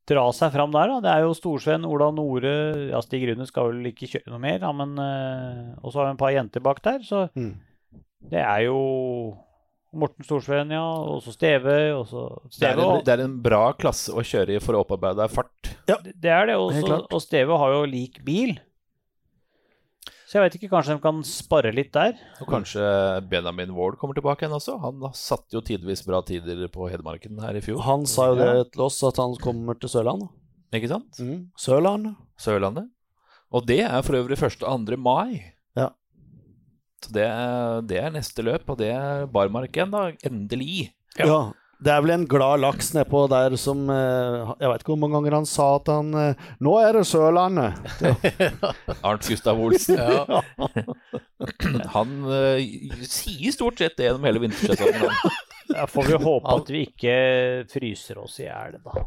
S2: dra seg fram der. da. Det er jo Storsveen, Ola Nore ja, Stig Rune skal vel ikke kjøre noe mer, da, men eh, Og så har vi et par jenter bak der, så
S3: Mm.
S2: det er jo Morten Storsveen, ja. Og så Steve. Og så
S1: Det er,
S2: Steve
S1: en,
S2: og,
S1: det er en bra klasse å kjøre i for å opparbeide deg fart.
S2: det er det, og
S3: Helt
S2: så-
S3: klart.
S2: og Steve har jo lik bil. Så jeg veit ikke, kanskje de kan spare litt der.
S1: Og kanskje Benjamin Ward kommer tilbake igjen også. Han satte jo tidvis bra tider på Hedmarken her i fjor.
S3: Han sa jo det til oss, at han kommer til Sørlandet.
S1: Ikke sant?
S3: Mm. Sørlandet.
S1: Sørlandet. Og det er for øvrig 1. og 2. mai.
S3: Ja.
S1: Så det er, det er neste løp, og det er barmark igjen, da. Endelig.
S3: Ja. Det er vel en glad laks nedpå der som eh, Jeg veit ikke hvor mange ganger han sa at han eh, Nå er det Sørlandet!
S1: Arnt Gustav Olsen.
S4: Ja.
S1: Han eh, sier stort sett det gjennom hele vintersesongen han,
S2: Da får vi håpe at vi ikke fryser oss i hjel, da.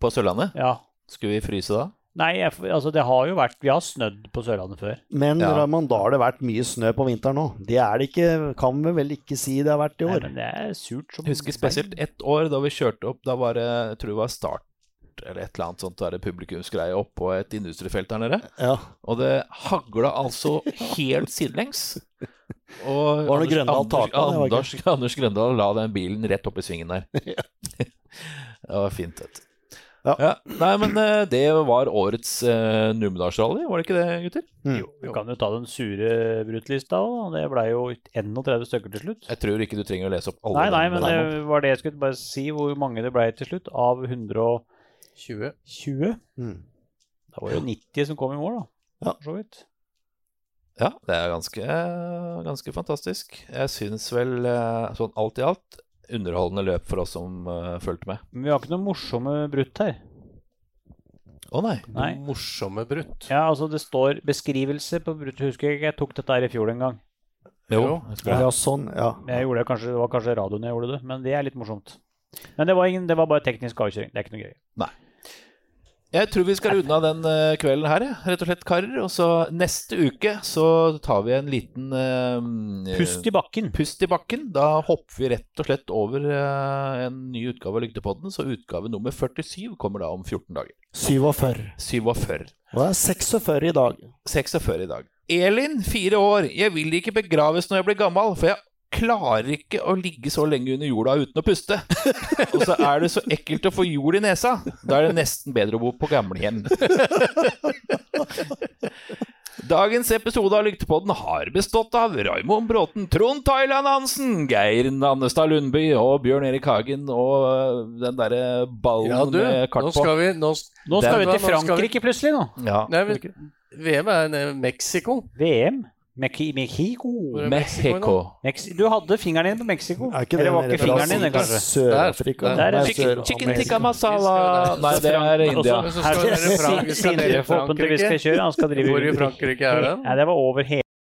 S1: på Sørlandet.
S2: Ja.
S1: Skulle vi fryse da?
S2: Nei, jeg, altså det har jo vært Vi har snødd på Sørlandet før.
S3: Men
S4: Ja.
S3: Raymond, da har det vært mye snø på vinteren nå. Det er det ikke, kan vi vel ikke si det har vært i
S2: Nei,
S3: år.
S2: men det er surt som
S1: Jeg husker spesielt ett år da vi kjørte opp. Da var det, jeg tror det var start eller et eller annet sånt der publikumsgreie oppå et industrifelt der nede.
S3: Ja.
S1: Og det hagla altså helt sidelengs. Og
S3: Var det noe Grøndal tak på det, var det
S1: Anders, Anders Grøndal la den bilen rett opp i svingen der. det var fint, vet du.
S3: Ja.
S1: Nei, men eh, det var årets uh, Numedalsrally, var det ikke det, gutter?
S2: Du kan jo ta den sure brutlista òg. Det blei jo 31 stykker til slutt.
S1: Jeg tror ikke du trenger å lese opp alle.
S2: Nei, nei,
S1: dem.
S2: men det var det jeg skulle bare si, hvor mange det blei til slutt. Av 120.
S4: 20.
S3: Mm.
S2: Da var det jo 90 som kom i mål, da.
S3: Ja.
S2: For så vidt.
S1: Ja, det er ganske, ganske fantastisk. Jeg syns vel eh, sånn alt i alt underholdende løp for oss som eh, fulgte med.
S2: Men vi har ikke noe morsomme brutt her.
S1: Å nei.
S2: Nei.
S4: Morsomme brutt.
S2: Ja, altså det står beskrivelse på brutt. Husker jeg ikke, jeg tok dette her i fjor en gang.
S1: Jo.
S3: Ja, sånn, ja.
S2: Men Jeg gjorde det, kanskje, det var kanskje radioen jeg gjorde det, men det er litt morsomt. Men det var, ingen, det var bare teknisk avkjøring. Det er ikke noe gøy.
S1: Jeg tror vi skal runde av den eh, kvelden her, jeg, rett og slett, karer. Og så neste uke så tar vi en liten eh,
S2: Pust i bakken.
S1: pust i bakken. Da hopper vi rett og slett over eh, en ny utgave av Lygtepodden. Så utgave nummer 47 kommer da om 14 dager.
S3: 47.
S1: 47.
S3: Og det er 46 i dag.
S1: 46 i dag. Elin, fire år. Jeg vil ikke begraves når jeg blir gammel, for jeg klarer ikke å ligge så lenge under jorda uten å puste. Og så er det så ekkelt å få jord i nesa. Da er det nesten bedre å bo på gamlehjem. Dagens episode av Lyktepodden har bestått av Raymond Bråten, Trond Thailand Hansen, Geir Nannestad Lundby og Bjørn Erik Hagen og øh, den derre ballen
S4: Ja, du,
S1: med
S4: nå
S1: kart på.
S4: skal vi nå, s-
S2: Nå skal
S4: Den-
S2: vi
S4: nå
S2: til
S4: skal vi-
S2: Frankrike plutselig, nå.
S1: Ja.
S4: Nei, men VM er nede i Mexico.
S2: VM. Meki- Mexico.
S4: Hvor er Mexico
S1: Mexico.
S2: Mex- du hadde fingeren din på Mexico.
S3: Er ikke det
S2: Eller var
S3: nede
S2: ikke
S3: fra
S2: fingeren din, det,
S3: Sydens
S2: kanskje?
S3: Sør-Afrika.
S4: Der,
S2: der er
S3: Nei,
S1: Chicken,
S3: Sør-
S1: chicken tikka
S3: Amerika.
S1: masala Nei, det er India.
S4: Men så skal
S2: Her
S4: dere Frankrike,
S2: skal
S4: skal dere
S2: Sindre forhåpentligvis skal
S4: Frankrike.
S2: kjøre. Han skal drive
S4: Hvor i Frankrike er den?
S2: Nei, det var over hele